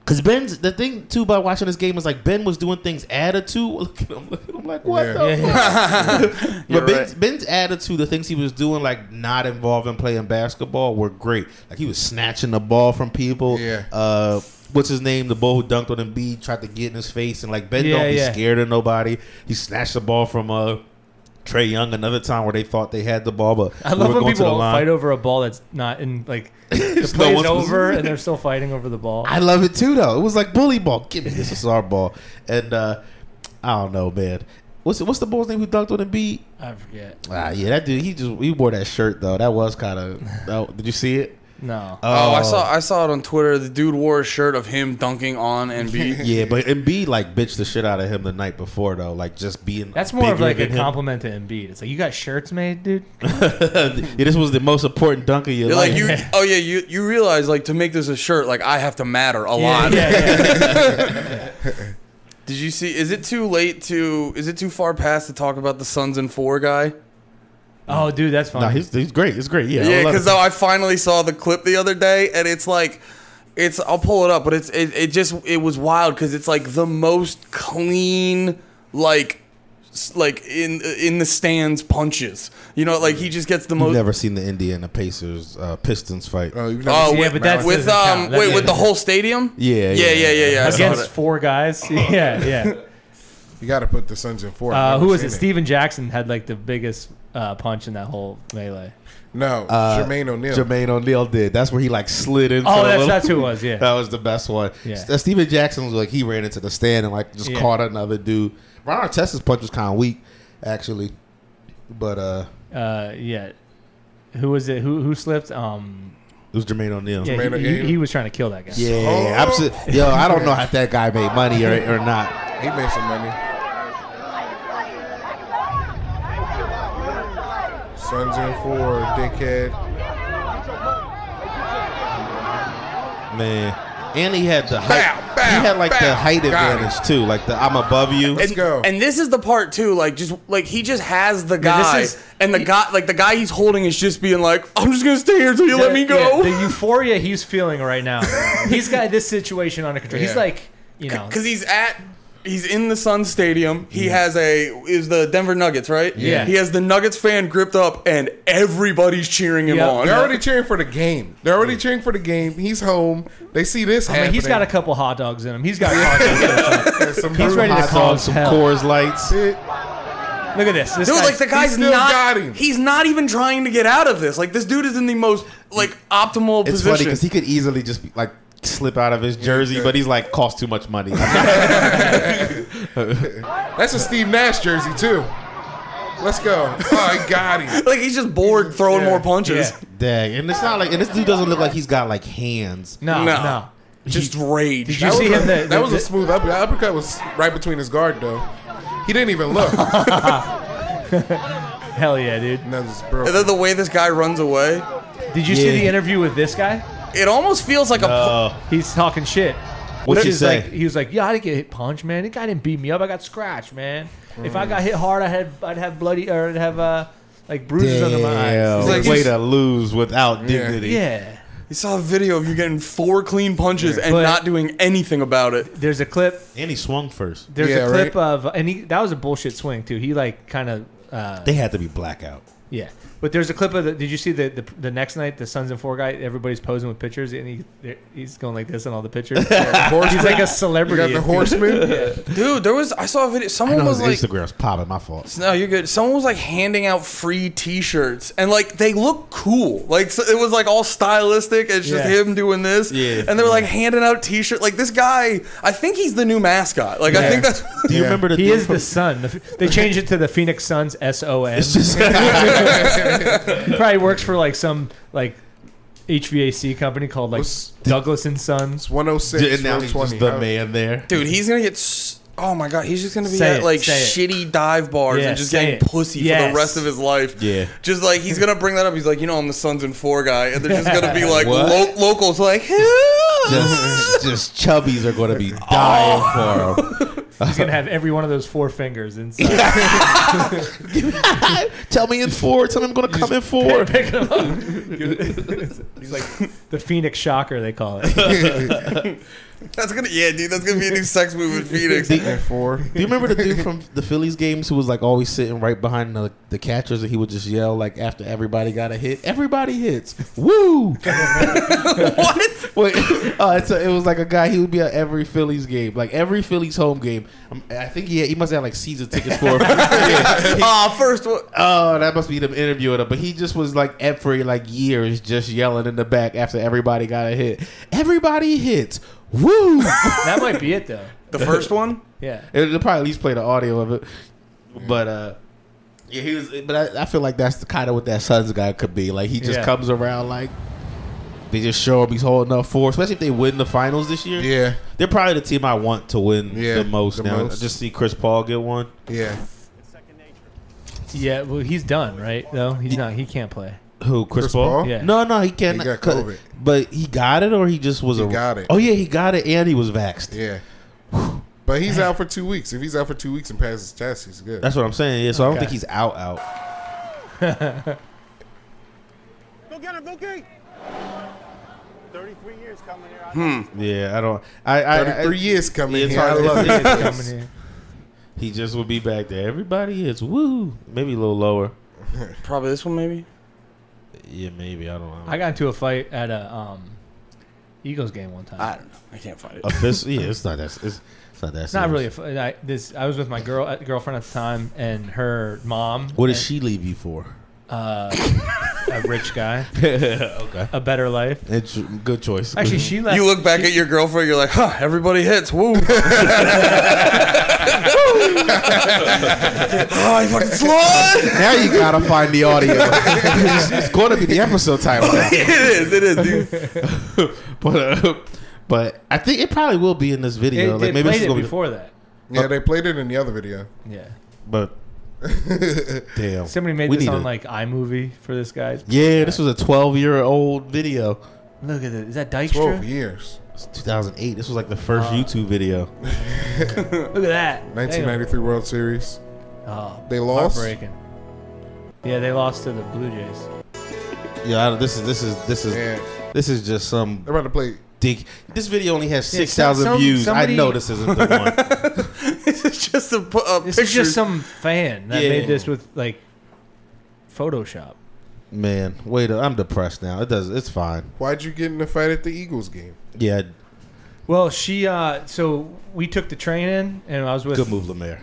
Speaker 3: Cause Ben's the thing too by watching this game is like Ben was doing things attitude. Look at him, look at him like what
Speaker 2: Yeah.
Speaker 3: the
Speaker 4: Yeah,
Speaker 3: fuck?
Speaker 1: You're
Speaker 3: but Ben's,
Speaker 1: right.
Speaker 3: Ben's attitude, the things he was doing, like not involving playing basketball, were great. Like he was snatching the ball from people.
Speaker 2: Yeah.
Speaker 3: Uh, what's his name? The bull who dunked on Embiid tried to get in his face, and like Ben
Speaker 4: Yeah,
Speaker 3: don't be
Speaker 4: yeah.
Speaker 3: scared of nobody. He snatched the ball from uh, Trey Young another time where they thought they had the ball, but
Speaker 4: I
Speaker 3: we
Speaker 4: love
Speaker 3: were
Speaker 4: when
Speaker 3: going to the
Speaker 4: people
Speaker 3: line.
Speaker 4: fight over a ball that's not in like the
Speaker 3: It's no
Speaker 4: play's
Speaker 3: one's-
Speaker 4: over and they're still fighting over the ball.
Speaker 3: I love it too, though. It was like bully ball. Give me this. This is our ball. And uh, I don't know, man. What's what's the ball's name who dunked on Embiid?
Speaker 4: I forget.
Speaker 3: Ah, yeah, that dude. He just he wore that shirt though. That was kind of. did you see it?
Speaker 4: No.
Speaker 1: Oh, I saw I saw it on Twitter. The dude wore a shirt of him dunking on Embiid.
Speaker 3: Yeah, but Embiid like bitched the shit out of him the night before though, like just being.
Speaker 4: that's more of
Speaker 3: bigger
Speaker 4: like a
Speaker 3: than him.
Speaker 4: compliment to Embiid. It's like you got shirts made, dude.
Speaker 3: yeah, this was the most important dunk of your
Speaker 1: You're
Speaker 3: life.
Speaker 1: like you. Oh yeah, you you realize like to make this a shirt, like I have to matter a
Speaker 4: Yeah,
Speaker 1: lot.
Speaker 4: yeah, yeah.
Speaker 1: Did you see? Is it too late to? Is it too far past to talk about the Suns and Four guy?
Speaker 4: Oh, dude, that's
Speaker 3: no,
Speaker 4: funny.
Speaker 3: he's, he's great. It's great. Yeah, I
Speaker 1: Yeah,
Speaker 3: love
Speaker 1: because
Speaker 3: it.
Speaker 1: I finally saw the clip the other day, and it's like, it's I'll pull it up, but it's it, it just it was wild because it's like the most clean like s- like in in the stands punches. You know, like he just gets the
Speaker 3: You've
Speaker 1: most.
Speaker 3: never seen the Indiana Pistons uh, Pistons fight.
Speaker 2: Oh, you've never
Speaker 1: Oh,
Speaker 2: seen
Speaker 4: Yeah,
Speaker 1: with,
Speaker 4: but that's-
Speaker 1: with
Speaker 4: doesn't
Speaker 1: um
Speaker 4: count. That-
Speaker 1: wait
Speaker 4: yeah.
Speaker 1: with the whole stadium.
Speaker 3: Yeah,
Speaker 1: yeah,
Speaker 3: yeah,
Speaker 1: yeah, yeah. yeah. I saw
Speaker 4: against
Speaker 1: that.
Speaker 4: four guys. Yeah, yeah.
Speaker 2: you got to put the Suns in four. I've
Speaker 4: Uh,
Speaker 2: never
Speaker 4: who was
Speaker 2: seen
Speaker 4: it? Steven Jackson had like the biggest uh, punch in that whole melee.
Speaker 2: No,
Speaker 3: Uh,
Speaker 2: Jermaine O'Neal.
Speaker 3: Jermaine O'Neal did. That's where he like slid into.
Speaker 4: Oh,
Speaker 3: the
Speaker 4: that's
Speaker 3: little-
Speaker 4: that's who it was. Yeah.
Speaker 3: That was the best one.
Speaker 4: Yeah.
Speaker 3: S- uh, Steven Jackson was like he ran into the stand and like just
Speaker 4: Yeah.
Speaker 3: caught another dude. Ron Artest's punch was kind of weak, actually, but uh,
Speaker 4: Uh, yeah. Who was it? Who who slipped? Um,
Speaker 3: it was Jermaine O'Neal.
Speaker 4: yeah,
Speaker 2: Jermaine
Speaker 4: he,
Speaker 2: O'Neal.
Speaker 4: he, he was trying to kill that guy.
Speaker 3: Yeah,
Speaker 2: Oh.
Speaker 3: absolutely. Yo, I don't know how that guy made money or, or not.
Speaker 2: He made some money. Suns in four, dickhead.
Speaker 3: Man. And he had the height.
Speaker 2: Bow, bow,
Speaker 3: he had like the
Speaker 2: bow.
Speaker 3: height
Speaker 2: Got
Speaker 3: advantage too, like the I'm above you.
Speaker 2: Let's
Speaker 1: and,
Speaker 2: go.
Speaker 1: and this is the part too, like just like he just has the
Speaker 4: Yeah, this
Speaker 1: guy,
Speaker 4: is-
Speaker 1: and the guy, like the guy he's holding is just being like, "I'm just gonna stay here until you let
Speaker 4: The-
Speaker 1: me go."
Speaker 4: yeah, the euphoria he's feeling right now. he's got this situation under control. He's
Speaker 2: Yeah.
Speaker 4: like, you know,
Speaker 1: Because he's at, he's in the Sun Stadium. He has a is the Denver Nuggets, right?
Speaker 4: Yeah.
Speaker 1: He has the Nuggets fan gripped up, and everybody's cheering him
Speaker 4: Yeah.
Speaker 1: on.
Speaker 2: They're already cheering for the game. They're already cheering for the game. He's home. They see this
Speaker 4: I mean,
Speaker 2: happening.
Speaker 4: he's got a couple hot dogs in him. He's got hot dogs.
Speaker 2: There's some
Speaker 4: He's
Speaker 2: hurt
Speaker 4: ready to
Speaker 3: Hot
Speaker 4: call
Speaker 3: dogs, some
Speaker 4: hell.
Speaker 3: Coors Lights.
Speaker 2: shit.
Speaker 4: Look at this. This
Speaker 1: Dude,
Speaker 4: guy's-
Speaker 1: like the guy's
Speaker 2: still
Speaker 1: not.
Speaker 2: got him.
Speaker 1: He's not even trying to get out of this. Like this dude is in the most like optimal
Speaker 3: It's funny
Speaker 1: position.
Speaker 3: because he could easily just be, like slip out of his jersey,
Speaker 2: could.
Speaker 3: but he's like cost too much money.
Speaker 2: That's a Steve Nash jersey too. Let's go. Oh, he got him.
Speaker 1: like he's just bored throwing
Speaker 2: Yeah.
Speaker 1: more punches.
Speaker 4: Yeah.
Speaker 3: Dang, and it's not like and this dude doesn't look like he's got like hands.
Speaker 4: no,
Speaker 1: No.
Speaker 4: no.
Speaker 1: Just rage.
Speaker 4: Did you see him? The,
Speaker 2: That was
Speaker 4: the-
Speaker 2: a smooth uppercut. That uppercut was right between his guard though. He didn't even look.
Speaker 4: hell yeah, dude.
Speaker 2: And that was bro.
Speaker 1: And then the way this guy runs away,
Speaker 4: Did you
Speaker 3: Yeah.
Speaker 4: see the interview with this guy?
Speaker 1: it almost feels like a.
Speaker 3: Uh,
Speaker 4: He's talking shit.
Speaker 3: What'd you
Speaker 4: He's
Speaker 3: say?
Speaker 4: Like, he was like, "Yeah, I didn't get hit punch, man. The guy didn't beat me up. I got scratched, man. If I got hit hard, I had I'd have bloody or I'd have uh like bruises under my eyes."
Speaker 3: damn,
Speaker 1: He's like,
Speaker 3: way
Speaker 1: he's-
Speaker 3: to lose without dignity.
Speaker 4: Yeah,
Speaker 1: You saw a video of you getting four clean punches and
Speaker 4: But-
Speaker 1: not doing anything about it.
Speaker 4: There's a clip.
Speaker 3: And he swung first.
Speaker 4: There's
Speaker 2: Yeah,
Speaker 4: a clip
Speaker 2: right.
Speaker 4: of, and he, that was a bullshit swing too. He like kind of, uh,
Speaker 3: They had to be blackout.
Speaker 4: yeah. But there's a clip of the. Did you see the the, the next night the Sons and Four guy? Everybody's posing with pictures, and he there- he's going like this on all the pictures. he's like a
Speaker 2: You got
Speaker 4: celebrity.
Speaker 2: the horseman.
Speaker 1: Dude, there was I saw a video.
Speaker 3: I
Speaker 1: Someone
Speaker 3: know
Speaker 1: was
Speaker 3: his
Speaker 1: like,
Speaker 3: Instagram's popping. My fault.
Speaker 1: "No, you're good." Someone was like handing out free T-shirts, and like they look cool. Like so it was like all stylistic. It's just
Speaker 4: Yeah.
Speaker 1: him doing this,
Speaker 3: Yeah.
Speaker 1: And they were like handing out T-shirt. Like this guy, I think he's the new mascot. Like I
Speaker 4: Yeah.
Speaker 1: think that's
Speaker 3: Do you
Speaker 2: Yeah.
Speaker 3: remember the
Speaker 4: He
Speaker 3: dude
Speaker 4: is
Speaker 3: from-
Speaker 4: the Sun. The- They changed it to the Phoenix Suns S O N.
Speaker 3: It's just
Speaker 4: He probably works for like some like HVAC company called like
Speaker 2: What's-
Speaker 4: Douglas and Sons.
Speaker 2: It's 106.
Speaker 3: and now he's
Speaker 2: 120.
Speaker 3: just the
Speaker 2: How-
Speaker 3: man there.
Speaker 1: dude. He's gonna get. s- Oh my god, he's just gonna be
Speaker 4: Say
Speaker 1: at
Speaker 4: it,
Speaker 1: like
Speaker 4: say it.
Speaker 1: shitty dive bars
Speaker 4: Yeah,
Speaker 1: and just
Speaker 4: say
Speaker 1: getting
Speaker 4: it.
Speaker 1: pussy for
Speaker 4: Yes.
Speaker 1: the rest of his life.
Speaker 3: Yeah.
Speaker 1: Just like he's gonna bring that up. He's like, you know, I'm the Sons and Four guy, and they're just gonna be like
Speaker 3: What?
Speaker 1: lo- locals, like.
Speaker 3: Just, just chubbies are going to be dying for him.
Speaker 4: He's gonna have every one of those four fingers inside.
Speaker 3: Tell me in four. Tell me I'm going to come in four.
Speaker 4: Pick them up. He's like the Phoenix Shocker, they call it.
Speaker 1: That's gonna yeah, dude. That's gonna be a new sex move in Phoenix.
Speaker 2: and four.
Speaker 3: Do you remember the dude from the Phillies games who was like always sitting right behind the, the catchers and he would just yell like after everybody got a hit, everybody hits, woo!
Speaker 1: what?
Speaker 3: Wait, uh, it's a, it was like a guy. He would be at every Phillies game, like every Phillies home game. Um, I think he had, he must have like season tickets for.
Speaker 1: Ah, first one.
Speaker 3: oh, that must be them interviewing him. But he just was like every like years just yelling in the back after everybody got a hit. Everybody hits, woo!
Speaker 4: That might be it though.
Speaker 1: The first one.
Speaker 4: Yeah.
Speaker 3: It'll probably at least play the audio of it. But uh yeah, he was but I, I feel like that's the kind of what that Suns guy could be. Like he just
Speaker 4: Yeah.
Speaker 3: comes around like they just show up he's holding up for, especially if they win the finals this year.
Speaker 2: Yeah,
Speaker 3: They're probably the team I want to win
Speaker 2: Yeah,
Speaker 3: the most
Speaker 2: the
Speaker 3: now.
Speaker 2: most.
Speaker 3: I just see Chris Paul get one.
Speaker 2: yeah.
Speaker 4: Yeah, well he's done, right? No, he's not he can't play.
Speaker 3: Who Chris,
Speaker 2: Chris
Speaker 3: Paul?
Speaker 2: Paul?
Speaker 4: Yeah.
Speaker 3: No, no, he can't.
Speaker 2: He got
Speaker 3: cut-
Speaker 2: COVID.
Speaker 3: But he got it, or he just was
Speaker 2: He
Speaker 3: a.
Speaker 2: got it.
Speaker 3: Oh yeah, he got it, and he was vaxxed.
Speaker 2: Yeah. But he's out for two weeks. If he's out for two weeks and passes his test, he's good.
Speaker 3: That's what I'm saying. Yeah, so I don't
Speaker 4: Okay.
Speaker 3: think he's out. Out.
Speaker 6: Go get him, go get him. 33 years coming here. Hmm.
Speaker 3: Yeah, I don't. I. I, I
Speaker 2: 33 years coming
Speaker 3: It's
Speaker 2: here. I
Speaker 3: hard-
Speaker 2: love
Speaker 3: it's-
Speaker 2: it.
Speaker 3: it's
Speaker 4: Coming here.
Speaker 3: He just would be back there. Everybody is woo. Maybe a little lower.
Speaker 1: Probably this one, maybe.
Speaker 3: Yeah, maybe I don't know.
Speaker 4: I got into a fight at a um Eagles game one time.
Speaker 1: I don't know. I can't find it.
Speaker 3: A fist? Yeah, it's not that. It's, it's not that.
Speaker 4: it's not really a
Speaker 3: serious.
Speaker 4: fight. I, this I was with my girl uh, girlfriend at the time and her mom.
Speaker 3: What did
Speaker 4: and,
Speaker 3: she leave you for?
Speaker 4: a rich guy,
Speaker 3: okay,
Speaker 4: a better life.
Speaker 3: it's good choice.
Speaker 4: Actually, she left.
Speaker 1: You look back at your girlfriend, you're like, huh, everybody hits. Woo. oh, Ah, you fucking slut.
Speaker 3: now you gotta find the audio. it's, going to be the episode title. now.
Speaker 1: it is, it is, dude.
Speaker 3: but uh, but I think it probably will be in this
Speaker 4: They-
Speaker 3: video.
Speaker 4: they
Speaker 3: like maybe
Speaker 4: played
Speaker 3: this is
Speaker 4: it
Speaker 3: gonna
Speaker 4: before that.
Speaker 2: Yeah, they played it in the other video.
Speaker 4: Yeah.
Speaker 3: Be, but damn,
Speaker 4: Somebody made
Speaker 3: We
Speaker 4: this
Speaker 3: need
Speaker 4: on
Speaker 3: to-
Speaker 4: like iMovie for this guy.
Speaker 3: Yeah, this was a 12 year old video.
Speaker 4: Look at it. Is that
Speaker 2: 12
Speaker 4: Dykstra?
Speaker 2: years.
Speaker 3: It's 2008. This was like the first
Speaker 4: Uh,
Speaker 3: YouTube video.
Speaker 4: Look at that.
Speaker 2: 1993 World Series.
Speaker 4: Damn. Oh,
Speaker 2: They lost.
Speaker 4: heartbreaking. Yeah, they lost to the Blue Jays.
Speaker 3: Yeah, I don't- this is this is this is
Speaker 2: Yeah.
Speaker 3: this is just some
Speaker 2: They're about to play.
Speaker 3: dick. This video only has
Speaker 4: Yeah,
Speaker 3: six
Speaker 4: some-
Speaker 3: thousand
Speaker 4: some-
Speaker 3: views.
Speaker 4: somebody-
Speaker 3: I know this isn't the one.
Speaker 1: This is just a, pu- a
Speaker 4: This
Speaker 1: picture.
Speaker 4: is just some fan that
Speaker 3: Yeah.
Speaker 4: made this with like Photoshop.
Speaker 3: Man, wait, a- I'm depressed now. It does. It's fine.
Speaker 2: Why'd you get in a fight at the Eagles game?
Speaker 3: Yeah,
Speaker 4: Well, she. uh So we took the train in, and I was with.
Speaker 3: good move, Lemaire.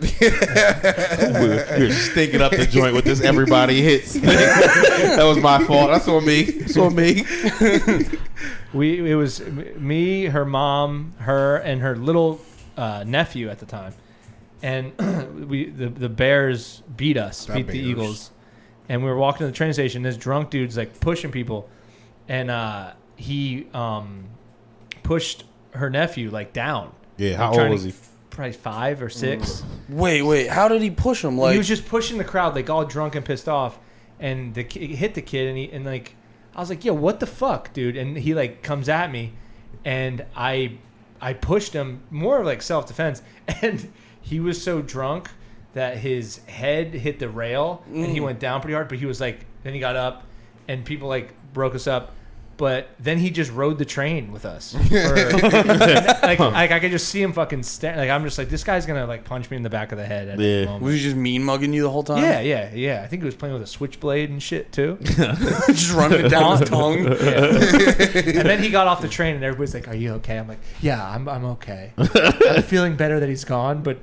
Speaker 3: we're, we're stinking up the joint with this. Everybody hits. thing. that was my fault. That's on me. That's on me.
Speaker 4: We it was m- me, her mom, her, and her little uh, nephew at the time, and we the the Bears beat us,
Speaker 2: The
Speaker 4: beat the
Speaker 2: Bears.
Speaker 4: Eagles, and we were walking to the train station. This drunk dude's like pushing people, and uh, he um, pushed her nephew like down.
Speaker 3: Yeah,
Speaker 4: Like,
Speaker 3: how old
Speaker 4: trying to-
Speaker 3: was he?
Speaker 4: Probably five or six.
Speaker 1: wait, wait. How did he push him? Like,
Speaker 4: he was just pushing the crowd like all drunk and pissed off, and the ki- it hit the kid and he and like I was like, yo, what the fuck, dude? And he like comes at me, and I I pushed him more of like self defense, and he was so drunk that his head hit the rail and he went down pretty hard, but he was like then he got up, and people like broke us up. But then he just rode the train with us. for- like, like I could just see him fucking sta Like I'm just like this guy's gonna like punch me in the back of the head. At any
Speaker 3: Yeah.
Speaker 4: moment.
Speaker 1: Was he just mean mugging you the whole
Speaker 2: Um,
Speaker 1: time?
Speaker 4: yeah, yeah, yeah. I think he was playing with a switchblade and shit too.
Speaker 1: just running it down his tongue.
Speaker 4: and then he got off the train, and everybody's like, "Are you okay?" I'm like, "Yeah, I'm, I'm okay. I'm feeling better that he's gone, but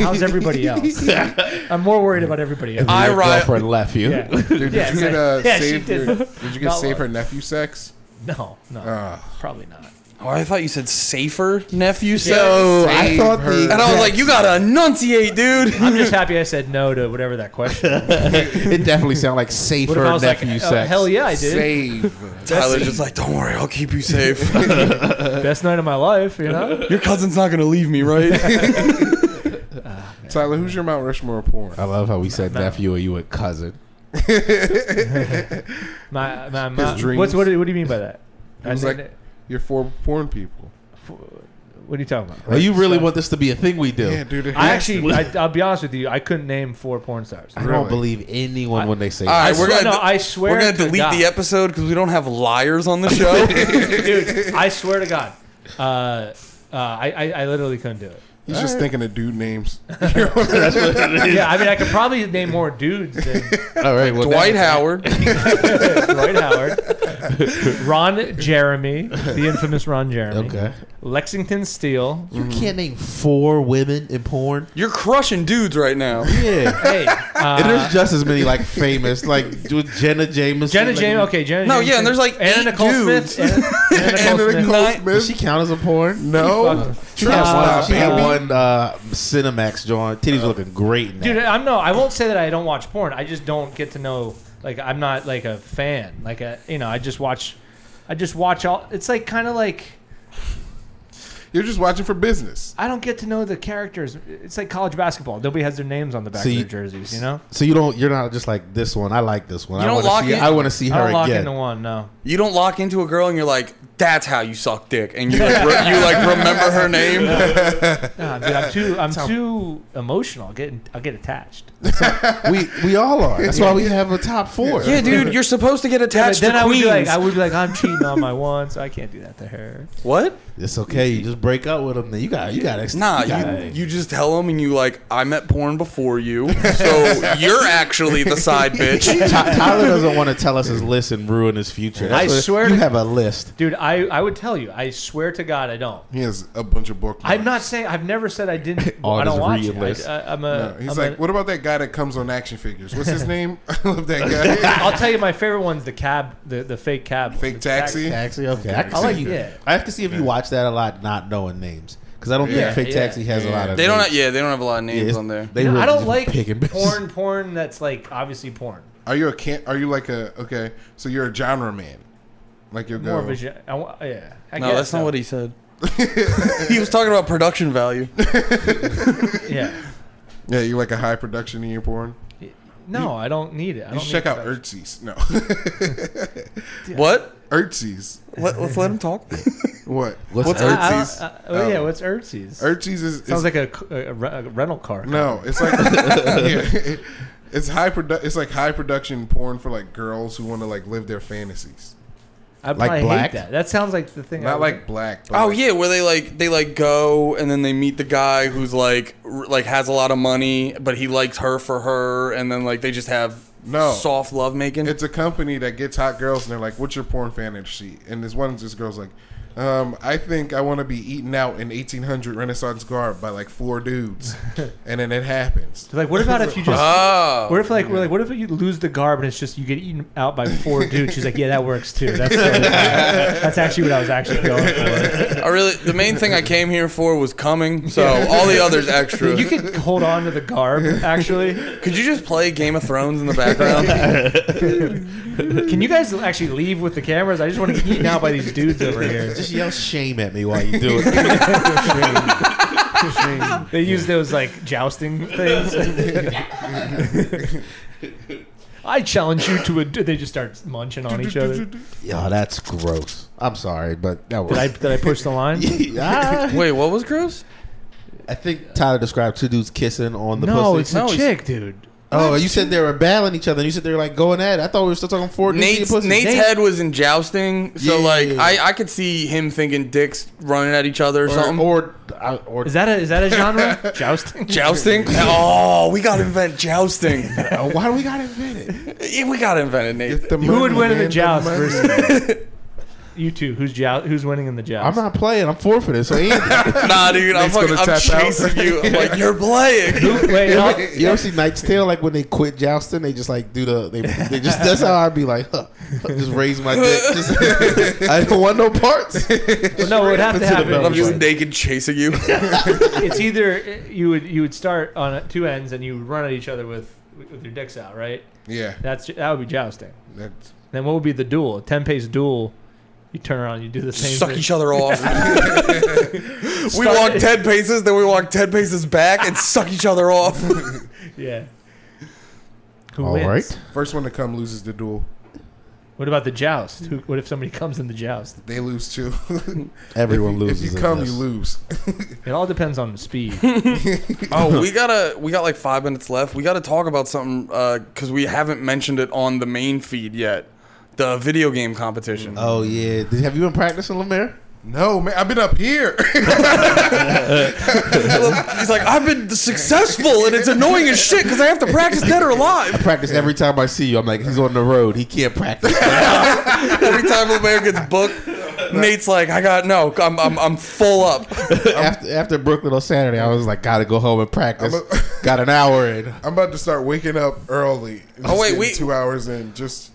Speaker 4: how's everybody else? I'm more worried about everybody else."
Speaker 1: I
Speaker 3: Your
Speaker 1: ri-
Speaker 3: girlfriend left you.
Speaker 4: yeah.
Speaker 2: Dude, did
Speaker 4: Yeah,
Speaker 2: you
Speaker 4: it's
Speaker 2: get
Speaker 4: like-
Speaker 2: uh,
Speaker 4: yeah, she
Speaker 2: save
Speaker 4: did.
Speaker 2: your, did you get
Speaker 4: Not
Speaker 2: save her
Speaker 4: love.
Speaker 2: nephew sex?
Speaker 4: No, no,
Speaker 2: Ah.
Speaker 4: probably not.
Speaker 1: Oh, I thought you said safer nephew.
Speaker 2: Oh,
Speaker 1: So,
Speaker 2: I thought
Speaker 1: and
Speaker 2: the
Speaker 1: I was like, you gotta enunciate, dude.
Speaker 4: I'm just happy I said no to whatever that question. was.
Speaker 3: It definitely sounded like safer
Speaker 4: What if I was like,
Speaker 3: nephew
Speaker 4: uh,
Speaker 3: sex.
Speaker 4: "Hell yeah, I did.
Speaker 2: save.
Speaker 1: Tyler's just like, don't worry, I'll keep you safe.
Speaker 4: Best night of my life," you know.
Speaker 1: Your cousin's not gonna leave me, right?
Speaker 2: Tyler, who's your Mount Rushmore of porn?
Speaker 3: I love how we said nephew or you a cousin.
Speaker 4: My, my, my
Speaker 2: dreams.
Speaker 4: what's what? do- What do you mean by that? I
Speaker 2: was
Speaker 4: mean,
Speaker 2: like- Your four porn people.
Speaker 4: what are you talking about?
Speaker 3: Oh, you really want this to be a thing we do?
Speaker 2: Yeah, dude. it
Speaker 4: I
Speaker 2: has to
Speaker 4: actually, I, I'll be honest with you, I couldn't name four porn stars.
Speaker 3: I
Speaker 2: Really?
Speaker 3: don't believe anyone when they say
Speaker 1: All
Speaker 4: I
Speaker 1: right, we're
Speaker 4: swear-
Speaker 1: gonna.
Speaker 4: no, I swear
Speaker 1: we're gonna
Speaker 4: to
Speaker 1: delete
Speaker 4: God.
Speaker 1: the episode because we don't have liars on the show.
Speaker 4: dude. I swear to God, uh, uh, I, I I literally couldn't do it.
Speaker 2: He's just thinking of dude names.
Speaker 4: Yeah, I mean, I could probably name more dudes than
Speaker 3: All right, well,
Speaker 1: Dwight
Speaker 3: now-
Speaker 1: Howard.
Speaker 4: Dwight Howard, Ron Jeremy, the infamous Ron Jeremy,
Speaker 3: Okay.
Speaker 4: Lexington Steele.
Speaker 3: You can't name four women in porn.
Speaker 1: You're crushing dudes right now.
Speaker 3: Yeah.
Speaker 4: Hey,
Speaker 3: and
Speaker 4: uh,
Speaker 3: there's just as many like famous, like with Jenna Jameson.
Speaker 4: Jenna
Speaker 3: like,
Speaker 4: James. Okay, Jenna.
Speaker 1: No,
Speaker 4: Jameson.
Speaker 1: yeah, and there's like
Speaker 4: Anna
Speaker 1: eight
Speaker 4: Nicole
Speaker 1: dudes.
Speaker 4: Smith. Anna, Anna Nicole
Speaker 2: Anna
Speaker 4: Smith.
Speaker 2: Nicole
Speaker 1: Nine-
Speaker 2: Smith.
Speaker 3: Does she count as a porn?
Speaker 2: no.
Speaker 3: She had
Speaker 2: Uh,
Speaker 3: one, she had
Speaker 2: baby.
Speaker 3: one uh, Cinemax joint. Titties were looking great. In that.
Speaker 4: Dude, I'm no. I won't say that I don't watch porn. I just don't get to know. Like, I'm not like a fan. Like, a, you know, I just watch. I just watch all. It's like kind of like
Speaker 2: You're just watching for business.
Speaker 4: I don't get to know the characters. It's like college basketball. Nobody has their names on the back
Speaker 3: So
Speaker 4: of
Speaker 3: you-
Speaker 4: their jerseys. You know,
Speaker 3: so you don't. You're not just like this one. I like this one.
Speaker 1: You
Speaker 3: I
Speaker 1: don't
Speaker 3: wanna
Speaker 1: lock
Speaker 3: see,
Speaker 1: in-
Speaker 3: I want to see
Speaker 4: I
Speaker 3: her
Speaker 4: don't lock
Speaker 3: again.
Speaker 4: into one. No,
Speaker 1: You don't lock into a girl and you're like, that's how you suck dick, and you like, re- you like remember her name.
Speaker 4: no dude, I'm too. I'm too emotional. I'll get. I'll get attached.
Speaker 3: we we all are. That's why we have a top four.
Speaker 1: Yeah, dude, you're supposed to get
Speaker 4: But
Speaker 1: attached
Speaker 4: then
Speaker 1: to
Speaker 4: I would
Speaker 1: queens.
Speaker 4: be like, I would be like, I'm cheating on my one, so I can't do that to her.
Speaker 1: what?
Speaker 3: It's okay. You just break up with them. Then you got you got ex-
Speaker 1: Nah,
Speaker 3: You got,
Speaker 1: you, you just tell them and you like, I met porn before you, so you're actually the side bitch.
Speaker 3: Ty- Tyler doesn't want to tell us his list and ruin his future.
Speaker 4: I
Speaker 3: what-
Speaker 4: swear
Speaker 3: you
Speaker 4: to-
Speaker 3: have a list.
Speaker 4: Dude, I, I would tell you. I swear to God, I don't.
Speaker 2: He has a bunch of bookmarks.
Speaker 4: I'm not saying. I've never said I didn't.
Speaker 3: All
Speaker 4: I
Speaker 3: his
Speaker 4: don't watch
Speaker 3: reading
Speaker 4: it.
Speaker 3: list.
Speaker 4: I, I, I'm a.
Speaker 2: No, he's
Speaker 4: I'm
Speaker 2: like,
Speaker 4: a-
Speaker 2: what about that guy that comes on action figures? What's his name? I love that guy.
Speaker 4: I'll tell you my favorite one's the cab, the, the fake cab,
Speaker 2: Fake
Speaker 4: The
Speaker 2: taxi?
Speaker 3: Taxi. Okay, I, can
Speaker 4: I
Speaker 3: see
Speaker 4: like
Speaker 3: you.
Speaker 4: it.
Speaker 3: I have to see if you watch that a lot, not knowing names, because I don't
Speaker 4: Yeah,
Speaker 3: think Fake
Speaker 4: yeah.
Speaker 3: Taxi has a lot of.
Speaker 1: They don't.
Speaker 3: names.
Speaker 1: Have, yeah, they don't have a lot of names
Speaker 3: it's-
Speaker 1: on there.
Speaker 3: They
Speaker 4: You know,
Speaker 3: really
Speaker 4: I don't
Speaker 3: just
Speaker 4: like
Speaker 3: pick and-
Speaker 4: porn. Porn that's like obviously porn.
Speaker 2: Are you a can? Are you like a okay? So you're a genre man. Like you're
Speaker 4: More
Speaker 2: going.
Speaker 4: of a gen- I, wa- yeah. I
Speaker 1: No,
Speaker 4: guess
Speaker 1: that's
Speaker 4: so.
Speaker 1: not what he said. he was talking about production value.
Speaker 4: Yeah.
Speaker 2: yeah, you like a high production in your porn.
Speaker 4: No, I don't need it. I
Speaker 2: You
Speaker 4: don't
Speaker 2: should check
Speaker 4: need
Speaker 2: out
Speaker 4: that.
Speaker 2: Ertzies. No,
Speaker 1: What?
Speaker 2: Ertzies.
Speaker 1: Let, us let him talk.
Speaker 2: What?
Speaker 3: What's
Speaker 2: What's
Speaker 3: I- I
Speaker 4: I don't-
Speaker 2: Ertzies?
Speaker 4: uh, oh, yeah, what's Ertzies?
Speaker 2: Ertzies is, is
Speaker 4: Sounds like a, a re- a rental car.
Speaker 2: No, it's like yeah, it's high produ- It's like high production porn for like girls who want to like live their fantasies.
Speaker 4: I
Speaker 3: Like
Speaker 4: probably hate
Speaker 3: black?
Speaker 4: that. That sounds like the thing. I
Speaker 2: Not
Speaker 4: would-
Speaker 2: like black. But
Speaker 1: Oh
Speaker 2: like,
Speaker 1: yeah, where they like they like go and then they meet the guy who's like r- like has a lot of money, but he likes her for her, and then like they just have
Speaker 2: No.
Speaker 1: soft love making.
Speaker 2: It's a company that gets hot girls, and they're like, "What's your porn fantasy?" And this one, this girl's like, um, "I think I want to be eaten out in 1800 Renaissance garb by like four dudes," and then it happens.
Speaker 4: Like, what about if you just?
Speaker 1: oh,
Speaker 4: What if like we're like, what if you lose the garb and it's just you get eaten out by four dudes? She's like, yeah, that works too. That's totally fine. that's actually what I was actually going
Speaker 1: I really the main thing I came here for was coming. So all the others
Speaker 4: for.
Speaker 1: extra.
Speaker 4: You could hold on to the garb. Actually,
Speaker 1: Could you just play Game of Thrones in the background?
Speaker 4: can you guys actually leave with the cameras? I just want to get eaten out by these dudes over here.
Speaker 3: Just yell shame at me while you do it.
Speaker 4: They use those like jousting things. I challenge you to a. They just start munching on each other. Did
Speaker 3: Yo, that's gross. I'm sorry, but that was.
Speaker 4: I did I push the line?
Speaker 3: I,
Speaker 1: Wait, what was gross?
Speaker 3: I think Tyler described two dudes kissing on the
Speaker 4: no,
Speaker 3: pussy.
Speaker 4: it's a
Speaker 1: No, it's-
Speaker 4: chick, dude.
Speaker 3: Oh, you said they were battling each other. You said they were like going at it. I thought we were still talking four.
Speaker 1: Nate's, Nate's head was in jousting, so
Speaker 3: Yeah.
Speaker 1: like I, I could see him thinking dicks running at each other or,
Speaker 3: or
Speaker 1: something.
Speaker 3: or, uh, or
Speaker 4: Is that a is that a genre? Jousting.
Speaker 1: jousting? oh, we gotta invent jousting.
Speaker 3: Uh, why do we gotta invent it?
Speaker 1: Yeah, we gotta invent it, Nate.
Speaker 4: Who would win in the joust? versus- you two. Who's jou- Who's winning in the joust?
Speaker 3: I'm not playing. I'm forfeited. So Anthony,
Speaker 1: Nah, dude, I'm,
Speaker 2: Nate's
Speaker 1: fucking,
Speaker 2: gonna
Speaker 1: I'm
Speaker 2: tap out.
Speaker 1: chasing you. I'm like, you're playing.
Speaker 4: Who- Wait, I'll-
Speaker 3: you ever see Knight's Tale? Like when they quit jousting, they just like do the they, they just that's how I'd be like, huh, just raise my dick. Just, I don't want no parts.
Speaker 4: no, what would have to
Speaker 3: Into the
Speaker 4: happen.
Speaker 3: belt.
Speaker 1: I'm
Speaker 4: is-
Speaker 1: just naked chasing you.
Speaker 4: it's either you would you would start on uh, two ends and you would run at each other with with your dicks out, right?
Speaker 2: Yeah,
Speaker 4: That's that would be jousting.
Speaker 2: that's
Speaker 4: Then what would be the duel? A Tenpei's duel. You turn around, you do the same.
Speaker 1: Suck
Speaker 4: thing.
Speaker 1: each other off. we walk ten paces, then we walk ten paces back and suck each other off.
Speaker 4: Yeah. Who
Speaker 3: All
Speaker 4: wins?
Speaker 3: right.
Speaker 2: first one to come loses the duel.
Speaker 4: What about the joust? Who, what if somebody comes in the joust?
Speaker 2: They lose too.
Speaker 3: Everyone
Speaker 2: if you,
Speaker 3: loses.
Speaker 2: If you
Speaker 3: in
Speaker 2: come,
Speaker 3: this.
Speaker 2: you lose.
Speaker 4: It all depends on the speed.
Speaker 1: Oh, we gotta we got like five minutes left. We gotta talk about something because we haven't mentioned it on the main feed yet. The video game competition.
Speaker 3: Oh yeah. Did- have you been practicing, Lemaire?
Speaker 2: No, man, I've been up here.
Speaker 1: He's like, I've been successful, and it's annoying as shit because I have to practice dead or alive
Speaker 3: Practice every time I see you. I'm like, he's on the road. He can't practice.
Speaker 1: every time LeBaron gets booked. Nate's like, I got no, I'm I'm, I'm full up.
Speaker 3: after after Brooklyn on Saturday, I was like, gotta go home and practice.
Speaker 2: I'm a-
Speaker 3: Got an hour in.
Speaker 2: I'm about to start waking up early.
Speaker 1: Oh, wait,
Speaker 2: Just
Speaker 1: we-
Speaker 2: getting two hours in. Just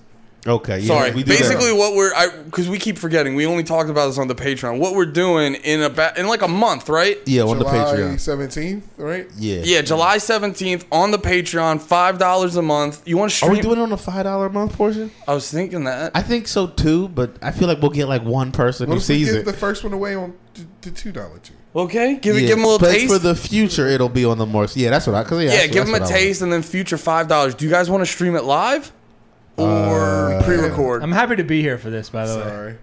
Speaker 3: Okay. Yeah,
Speaker 1: Sorry.
Speaker 3: we do that.
Speaker 1: Basically, what we're I because we keep forgetting. We only talked about this on the Patreon. What we're doing in about in like a month, right?
Speaker 3: yeah on the
Speaker 2: July
Speaker 3: Patreon.
Speaker 2: seventeenth, right?
Speaker 3: Yeah.
Speaker 1: Yeah, July seventeenth on the Patreon, five dollars a month. You want to
Speaker 3: Are
Speaker 1: stream?
Speaker 3: we doing it on the five dollar a month portion?
Speaker 1: I was thinking that.
Speaker 3: I think so too, but I feel like we'll get like one person
Speaker 2: What
Speaker 3: who
Speaker 2: if we
Speaker 3: sees
Speaker 2: give
Speaker 3: it.
Speaker 2: the first one away on t- the two dollar tier?
Speaker 1: Okay, give it,
Speaker 3: Yeah,
Speaker 1: give him a little
Speaker 3: but
Speaker 1: taste.
Speaker 3: for the future. It'll be on the more. Yeah, that's what I. Cause
Speaker 1: yeah,
Speaker 3: yeah, that's-
Speaker 1: give
Speaker 3: that's
Speaker 1: him a
Speaker 3: what I
Speaker 1: taste, and then future five dollars. Do you guys want to stream it live or
Speaker 3: Uh,
Speaker 1: pre-record?
Speaker 4: I'm happy to be here for this, by the way.
Speaker 2: Sorry.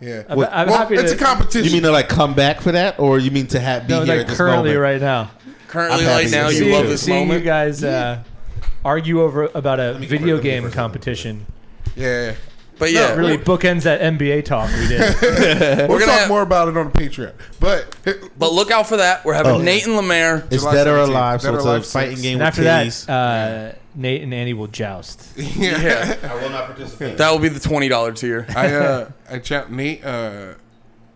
Speaker 2: Yeah.
Speaker 4: I'm, I'm
Speaker 2: well,
Speaker 4: happy
Speaker 2: it's
Speaker 4: to,
Speaker 2: a
Speaker 3: want.
Speaker 2: competition.
Speaker 3: You mean to like come back for that, or you mean to have be
Speaker 4: no,
Speaker 3: here
Speaker 4: like
Speaker 3: at this
Speaker 4: currently
Speaker 3: moment?
Speaker 4: right now.
Speaker 1: Currently,
Speaker 3: I'm happy
Speaker 1: right now,
Speaker 3: to
Speaker 1: you
Speaker 3: see
Speaker 1: love
Speaker 3: it.
Speaker 1: this
Speaker 4: seeing
Speaker 1: moment.
Speaker 4: you guys uh, argue over about a
Speaker 3: me-
Speaker 4: video
Speaker 3: let me
Speaker 4: game
Speaker 3: first-
Speaker 4: competition.
Speaker 2: yeah.
Speaker 1: but yeah,
Speaker 4: Really bookends that NBA talk we did.
Speaker 2: We'll
Speaker 1: gonna
Speaker 2: talk
Speaker 1: have-
Speaker 2: more about it on the Patreon. But
Speaker 1: but look out for that. We're having
Speaker 3: Oh.
Speaker 1: Nate and Lemaire.
Speaker 3: It's
Speaker 2: July
Speaker 3: dead or
Speaker 2: 17th,
Speaker 3: alive,
Speaker 2: Dead
Speaker 3: so
Speaker 2: or
Speaker 3: it's
Speaker 2: Alive
Speaker 3: a fighting
Speaker 2: six.
Speaker 3: game
Speaker 4: and
Speaker 3: with
Speaker 4: after
Speaker 3: titties.
Speaker 4: that, uh, Nate and Andy will joust.
Speaker 1: Yeah,
Speaker 3: I will not participate.
Speaker 1: that will be the twenty dollar tier.
Speaker 2: I uh I chat Nate uh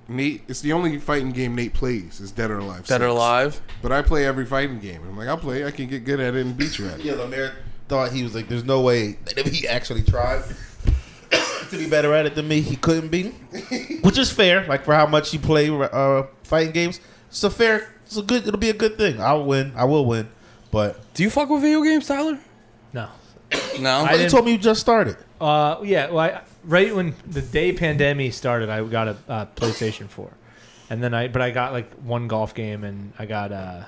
Speaker 2: Nate it's the only fighting game Nate plays is Dead or Alive.
Speaker 1: Dead or
Speaker 2: Six.
Speaker 1: alive.
Speaker 2: But I play every fighting game. I'm like, I'll play, I can get good at it and beat you at it.
Speaker 3: Yeah, Lemaire thought he was like, "There's no way that if he actually tried to be better at it than me, he couldn't be." Which is fair, like for how much you play uh, fighting games. It's a fair, it's a good, it'll be a good thing. I'll win, I will win. But
Speaker 1: Do you fuck with video games, Tyler?
Speaker 4: No.
Speaker 1: No.
Speaker 4: I
Speaker 3: you
Speaker 4: didn't-
Speaker 3: told me you just started.
Speaker 4: Uh, yeah. Well, I, right when the day pandemic started, I got a uh, PlayStation Four, and then I but I got like one golf game and I got uh,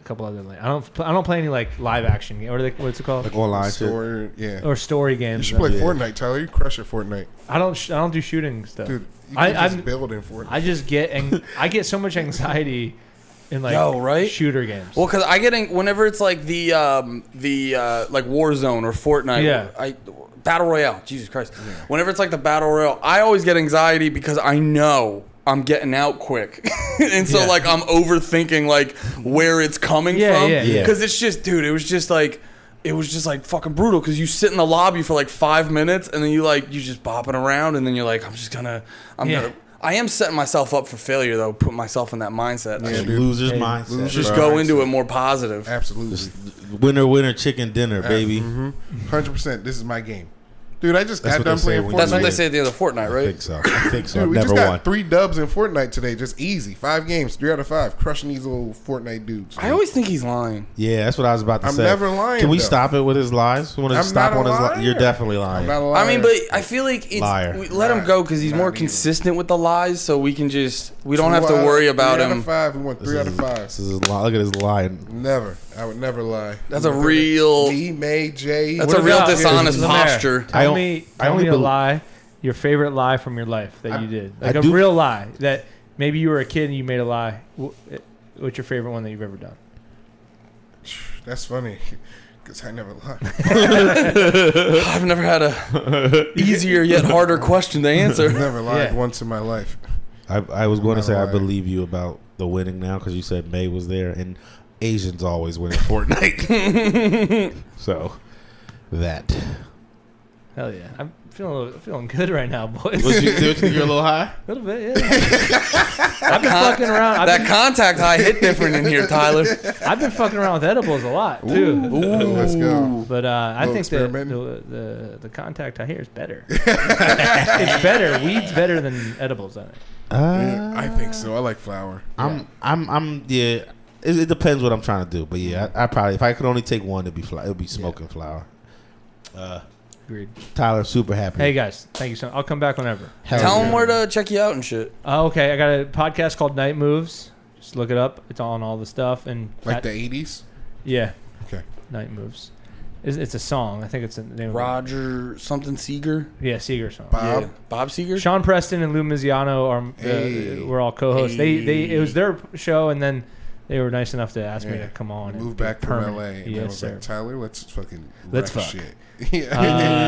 Speaker 4: a couple other. Like, I don't pl- I don't play any like live action game. What are they, what's it called?
Speaker 3: Like online shit.
Speaker 2: Store, yeah.
Speaker 4: or story games.
Speaker 2: You should play
Speaker 3: Yeah.
Speaker 2: Fortnite, Tyler. You crush at Fortnite.
Speaker 4: I don't. Sh- I don't do shooting stuff.
Speaker 2: Dude, you
Speaker 4: I,
Speaker 2: can just
Speaker 4: I'm-
Speaker 2: build in Fortnite.
Speaker 4: I just get and I get so much anxiety in like
Speaker 1: Yo, right?
Speaker 4: shooter games.
Speaker 1: Well, because I get in, whenever it's like the um, the uh, like Warzone or Fortnite,
Speaker 4: Yeah.
Speaker 1: I battle royale. Jesus Christ! Whenever it's like the battle royale, I always get anxiety because I know I'm getting out quick, and so
Speaker 4: Yeah.
Speaker 1: like I'm overthinking like where it's coming
Speaker 4: Yeah,
Speaker 1: from.
Speaker 4: yeah, yeah.
Speaker 1: Because it's just, dude, it was just like. It was just like fucking brutal because you sit in the lobby for like five minutes and then you like you just bopping around and then you're like I'm just gonna I'm
Speaker 4: Yeah.
Speaker 1: gonna I am setting myself up for failure though putting myself in that mindset I should
Speaker 3: Losers mindset.
Speaker 2: losers-
Speaker 1: just
Speaker 2: Right.
Speaker 1: go into it more positive
Speaker 2: Absolutely.
Speaker 3: Winner, winner, chicken dinner, baby.
Speaker 2: mm-hmm. 100%. This is my game. Dude, I just
Speaker 3: That's
Speaker 2: got
Speaker 3: what
Speaker 2: done
Speaker 3: they say
Speaker 2: playing
Speaker 3: when
Speaker 2: Fortnite.
Speaker 3: you
Speaker 1: That's what
Speaker 3: Yeah.
Speaker 1: they say at the end of Fortnite,
Speaker 3: I
Speaker 1: right?
Speaker 3: think so. I think so.
Speaker 2: Dude, we
Speaker 3: I've
Speaker 2: just
Speaker 3: never
Speaker 2: got
Speaker 3: won.
Speaker 2: three dubs in Fortnite today. Just easy. Five games, three out of five. Crushing these little Fortnite dudes.
Speaker 1: I always think he's lying.
Speaker 3: Yeah, that's what I was about to
Speaker 2: I'm
Speaker 3: say.
Speaker 2: never lying,
Speaker 3: Can we
Speaker 2: though.
Speaker 3: stop it with his lies? We want to
Speaker 2: I'm
Speaker 3: stop
Speaker 2: not
Speaker 3: on
Speaker 2: a
Speaker 3: his lies.
Speaker 2: liar.
Speaker 3: You're definitely lying.
Speaker 2: Not a
Speaker 1: I mean,
Speaker 2: liar.
Speaker 1: but I feel like it's
Speaker 3: Liar.
Speaker 1: we let him go because he's
Speaker 2: Liar.
Speaker 1: more
Speaker 2: Not
Speaker 1: consistent with the lies, so we can just we don't have
Speaker 2: Two
Speaker 1: to
Speaker 2: out-
Speaker 1: worry about
Speaker 2: three Out
Speaker 1: him.
Speaker 2: of five. We won three out of five.
Speaker 3: This is his li- look at his lying.
Speaker 2: Never. I would never lie.
Speaker 1: That's a real-
Speaker 2: D May J.
Speaker 1: That's a real
Speaker 4: about-
Speaker 1: dishonest
Speaker 4: Lemaire,
Speaker 1: posture.
Speaker 4: Tell
Speaker 3: I don't-
Speaker 4: me,
Speaker 3: I
Speaker 4: tell
Speaker 3: only
Speaker 4: me a
Speaker 3: bel-
Speaker 4: lie, your favorite lie from your life that you did, like
Speaker 3: I
Speaker 4: a
Speaker 3: do-
Speaker 4: real lie that maybe you were a kid and you made a eh, lie. Wh- What's your favorite one that you've ever done?
Speaker 2: That's funny. Because I never lie.
Speaker 1: I've never had a easier yet harder question to
Speaker 2: I
Speaker 1: answer.
Speaker 2: never lied
Speaker 4: Yeah.
Speaker 2: once in my life.
Speaker 3: I, I was going to
Speaker 2: not
Speaker 3: say I
Speaker 2: lying.
Speaker 3: believe you about the winning now because you said May was there and Asians always win in Fortnite. so that
Speaker 4: Hell yeah. I'm feeling a little, feeling good right now, boys.
Speaker 3: was you, you think you're a little high.
Speaker 4: a little bit, yeah. I've been fucking around. I've
Speaker 1: That
Speaker 4: been,
Speaker 1: contact high hit different in here, Tyler.
Speaker 4: I've been fucking around with edibles a lot, too.
Speaker 2: Let's go.
Speaker 4: But uh, I
Speaker 2: Little
Speaker 4: think the,
Speaker 2: experiment.
Speaker 4: the, the, the contact I hear is better. it's better. Weed's better than edibles, I think.
Speaker 2: Yeah, I think so. I like flour.
Speaker 3: Uh, I'm I'm I'm yeah. It, it depends what I'm trying to do, but yeah, I, I probably if I could only take one, it'd be fly, it'd be smoking flower.
Speaker 4: Agreed.
Speaker 3: Tyler, super happy.
Speaker 4: Hey, guys. Thank you so much. I'll come back whenever.
Speaker 3: Hell
Speaker 1: Tell
Speaker 3: yeah.
Speaker 1: them where to check you out and shit.
Speaker 4: Uh, okay, I got a podcast called Night Moves. Just look it up. It's on all the stuff. and
Speaker 2: Like
Speaker 4: at-
Speaker 2: the 80s?
Speaker 4: Yeah,
Speaker 2: Okay.
Speaker 4: Night Moves. It's, it's a song. I think it's the name of it.
Speaker 1: Roger something Seeger.
Speaker 4: Yeah, Seeger song.
Speaker 2: Bob.
Speaker 1: Yeah. Bob Seeger.
Speaker 4: Sean Preston and Lou Miziano are the,
Speaker 2: Hey.
Speaker 4: we're all co-hosts. They they it was their show, and then they were nice enough to ask me
Speaker 2: Yeah.
Speaker 4: to come on. and
Speaker 2: Moved
Speaker 4: be
Speaker 2: back from
Speaker 4: permanent.
Speaker 2: LA. And I
Speaker 4: Yes,
Speaker 2: was
Speaker 4: sir.
Speaker 2: like, Tyler, let's fucking
Speaker 4: Let's
Speaker 2: wreck
Speaker 4: fuck.
Speaker 2: shit. yeah.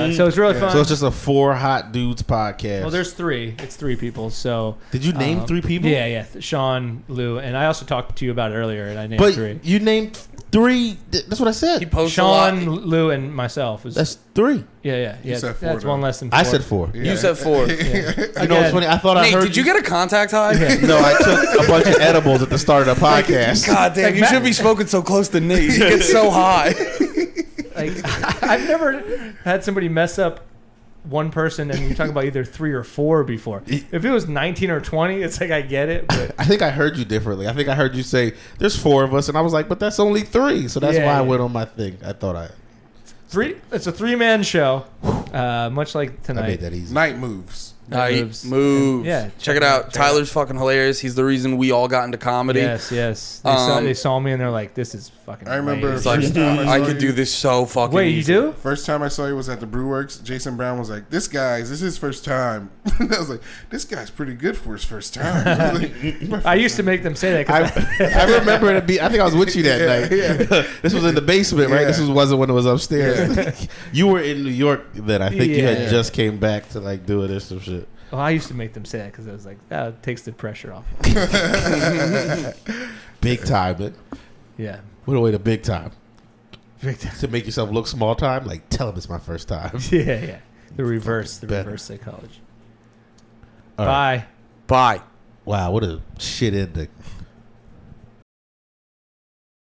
Speaker 4: Uh, so it's really fun.
Speaker 3: So it's just a four hot dudes podcast.
Speaker 4: well, there's three. It's three people. So
Speaker 3: Did you name
Speaker 4: um,
Speaker 3: three people?
Speaker 4: Yeah, yeah. Th- Sean, Lou, and I also talked to you about it earlier, and I named
Speaker 3: but
Speaker 4: three.
Speaker 3: you named three. th- That's what I said.
Speaker 1: He posts a
Speaker 4: Sean,
Speaker 1: lot.
Speaker 4: Lou, and myself. Was,
Speaker 3: That's three.
Speaker 4: yeah, yeah, yeah.
Speaker 2: said four,
Speaker 4: that's one
Speaker 2: though.
Speaker 4: less than four.
Speaker 3: I said four.
Speaker 2: Yeah.
Speaker 1: You said four.
Speaker 3: You know what's funny? I thought I
Speaker 1: Nate,
Speaker 3: heard.
Speaker 1: did you get a contact high?
Speaker 3: no, I took a bunch of edibles at the start of the podcast.
Speaker 1: God damn, you should be smoking so close to Nate. He gets so high.
Speaker 4: Like I've never had somebody mess up one person, and you're talking about either three or four before. If it was 19 or 20, it's like I get it, but
Speaker 3: I think I heard you differently. I think I heard you say there's four of us, and I was like, but that's only three. So that's
Speaker 4: Yeah,
Speaker 3: why I
Speaker 4: yeah.
Speaker 3: went on my thing. I thought I
Speaker 4: three. It's a three-man show, uh, much like
Speaker 3: I made
Speaker 4: tonight.
Speaker 3: that easy.
Speaker 2: Night moves.
Speaker 1: Night
Speaker 4: moves.
Speaker 1: moves.
Speaker 4: Yeah,
Speaker 1: check,
Speaker 4: check
Speaker 1: it
Speaker 4: it
Speaker 1: out.
Speaker 4: out, check it out.
Speaker 1: Tyler's fucking hilarious. He's the reason we all got into comedy.
Speaker 4: Yes, yes. They, saw,
Speaker 1: Um,
Speaker 4: they saw me and they're like, "This is fucking."
Speaker 2: I remember
Speaker 4: lame."
Speaker 1: It's like,
Speaker 2: First time I
Speaker 1: I
Speaker 2: saw
Speaker 1: could
Speaker 2: you.
Speaker 1: do this so fucking
Speaker 4: Wait, you
Speaker 1: easy.
Speaker 4: do?
Speaker 2: First time I saw you was at the Brew Works. Jason Brown was like, "This guy's this is his first time." I was like, "This guy's pretty good for his first time." I was like,
Speaker 4: I used to make them say that. 'cause
Speaker 3: I, I remember it be. I think I was with you that night. this was in the basement, right? This
Speaker 2: Yeah.
Speaker 3: was, wasn't when it was upstairs. you were in New York then. I think you
Speaker 4: Yeah.
Speaker 3: had just came back to like do it or some shit.
Speaker 4: Well, I used to make them say that because I was like, "That takes the pressure off."
Speaker 3: Big time, but
Speaker 4: Yeah.
Speaker 3: what a way to big time
Speaker 4: Big time.
Speaker 3: to make yourself look small time. Like tell him it's my first time.
Speaker 4: Yeah, yeah. The reverse, the
Speaker 3: better.
Speaker 4: reverse psychology.
Speaker 3: All right.
Speaker 4: Bye.
Speaker 1: Bye.
Speaker 3: Wow, what a shit ending.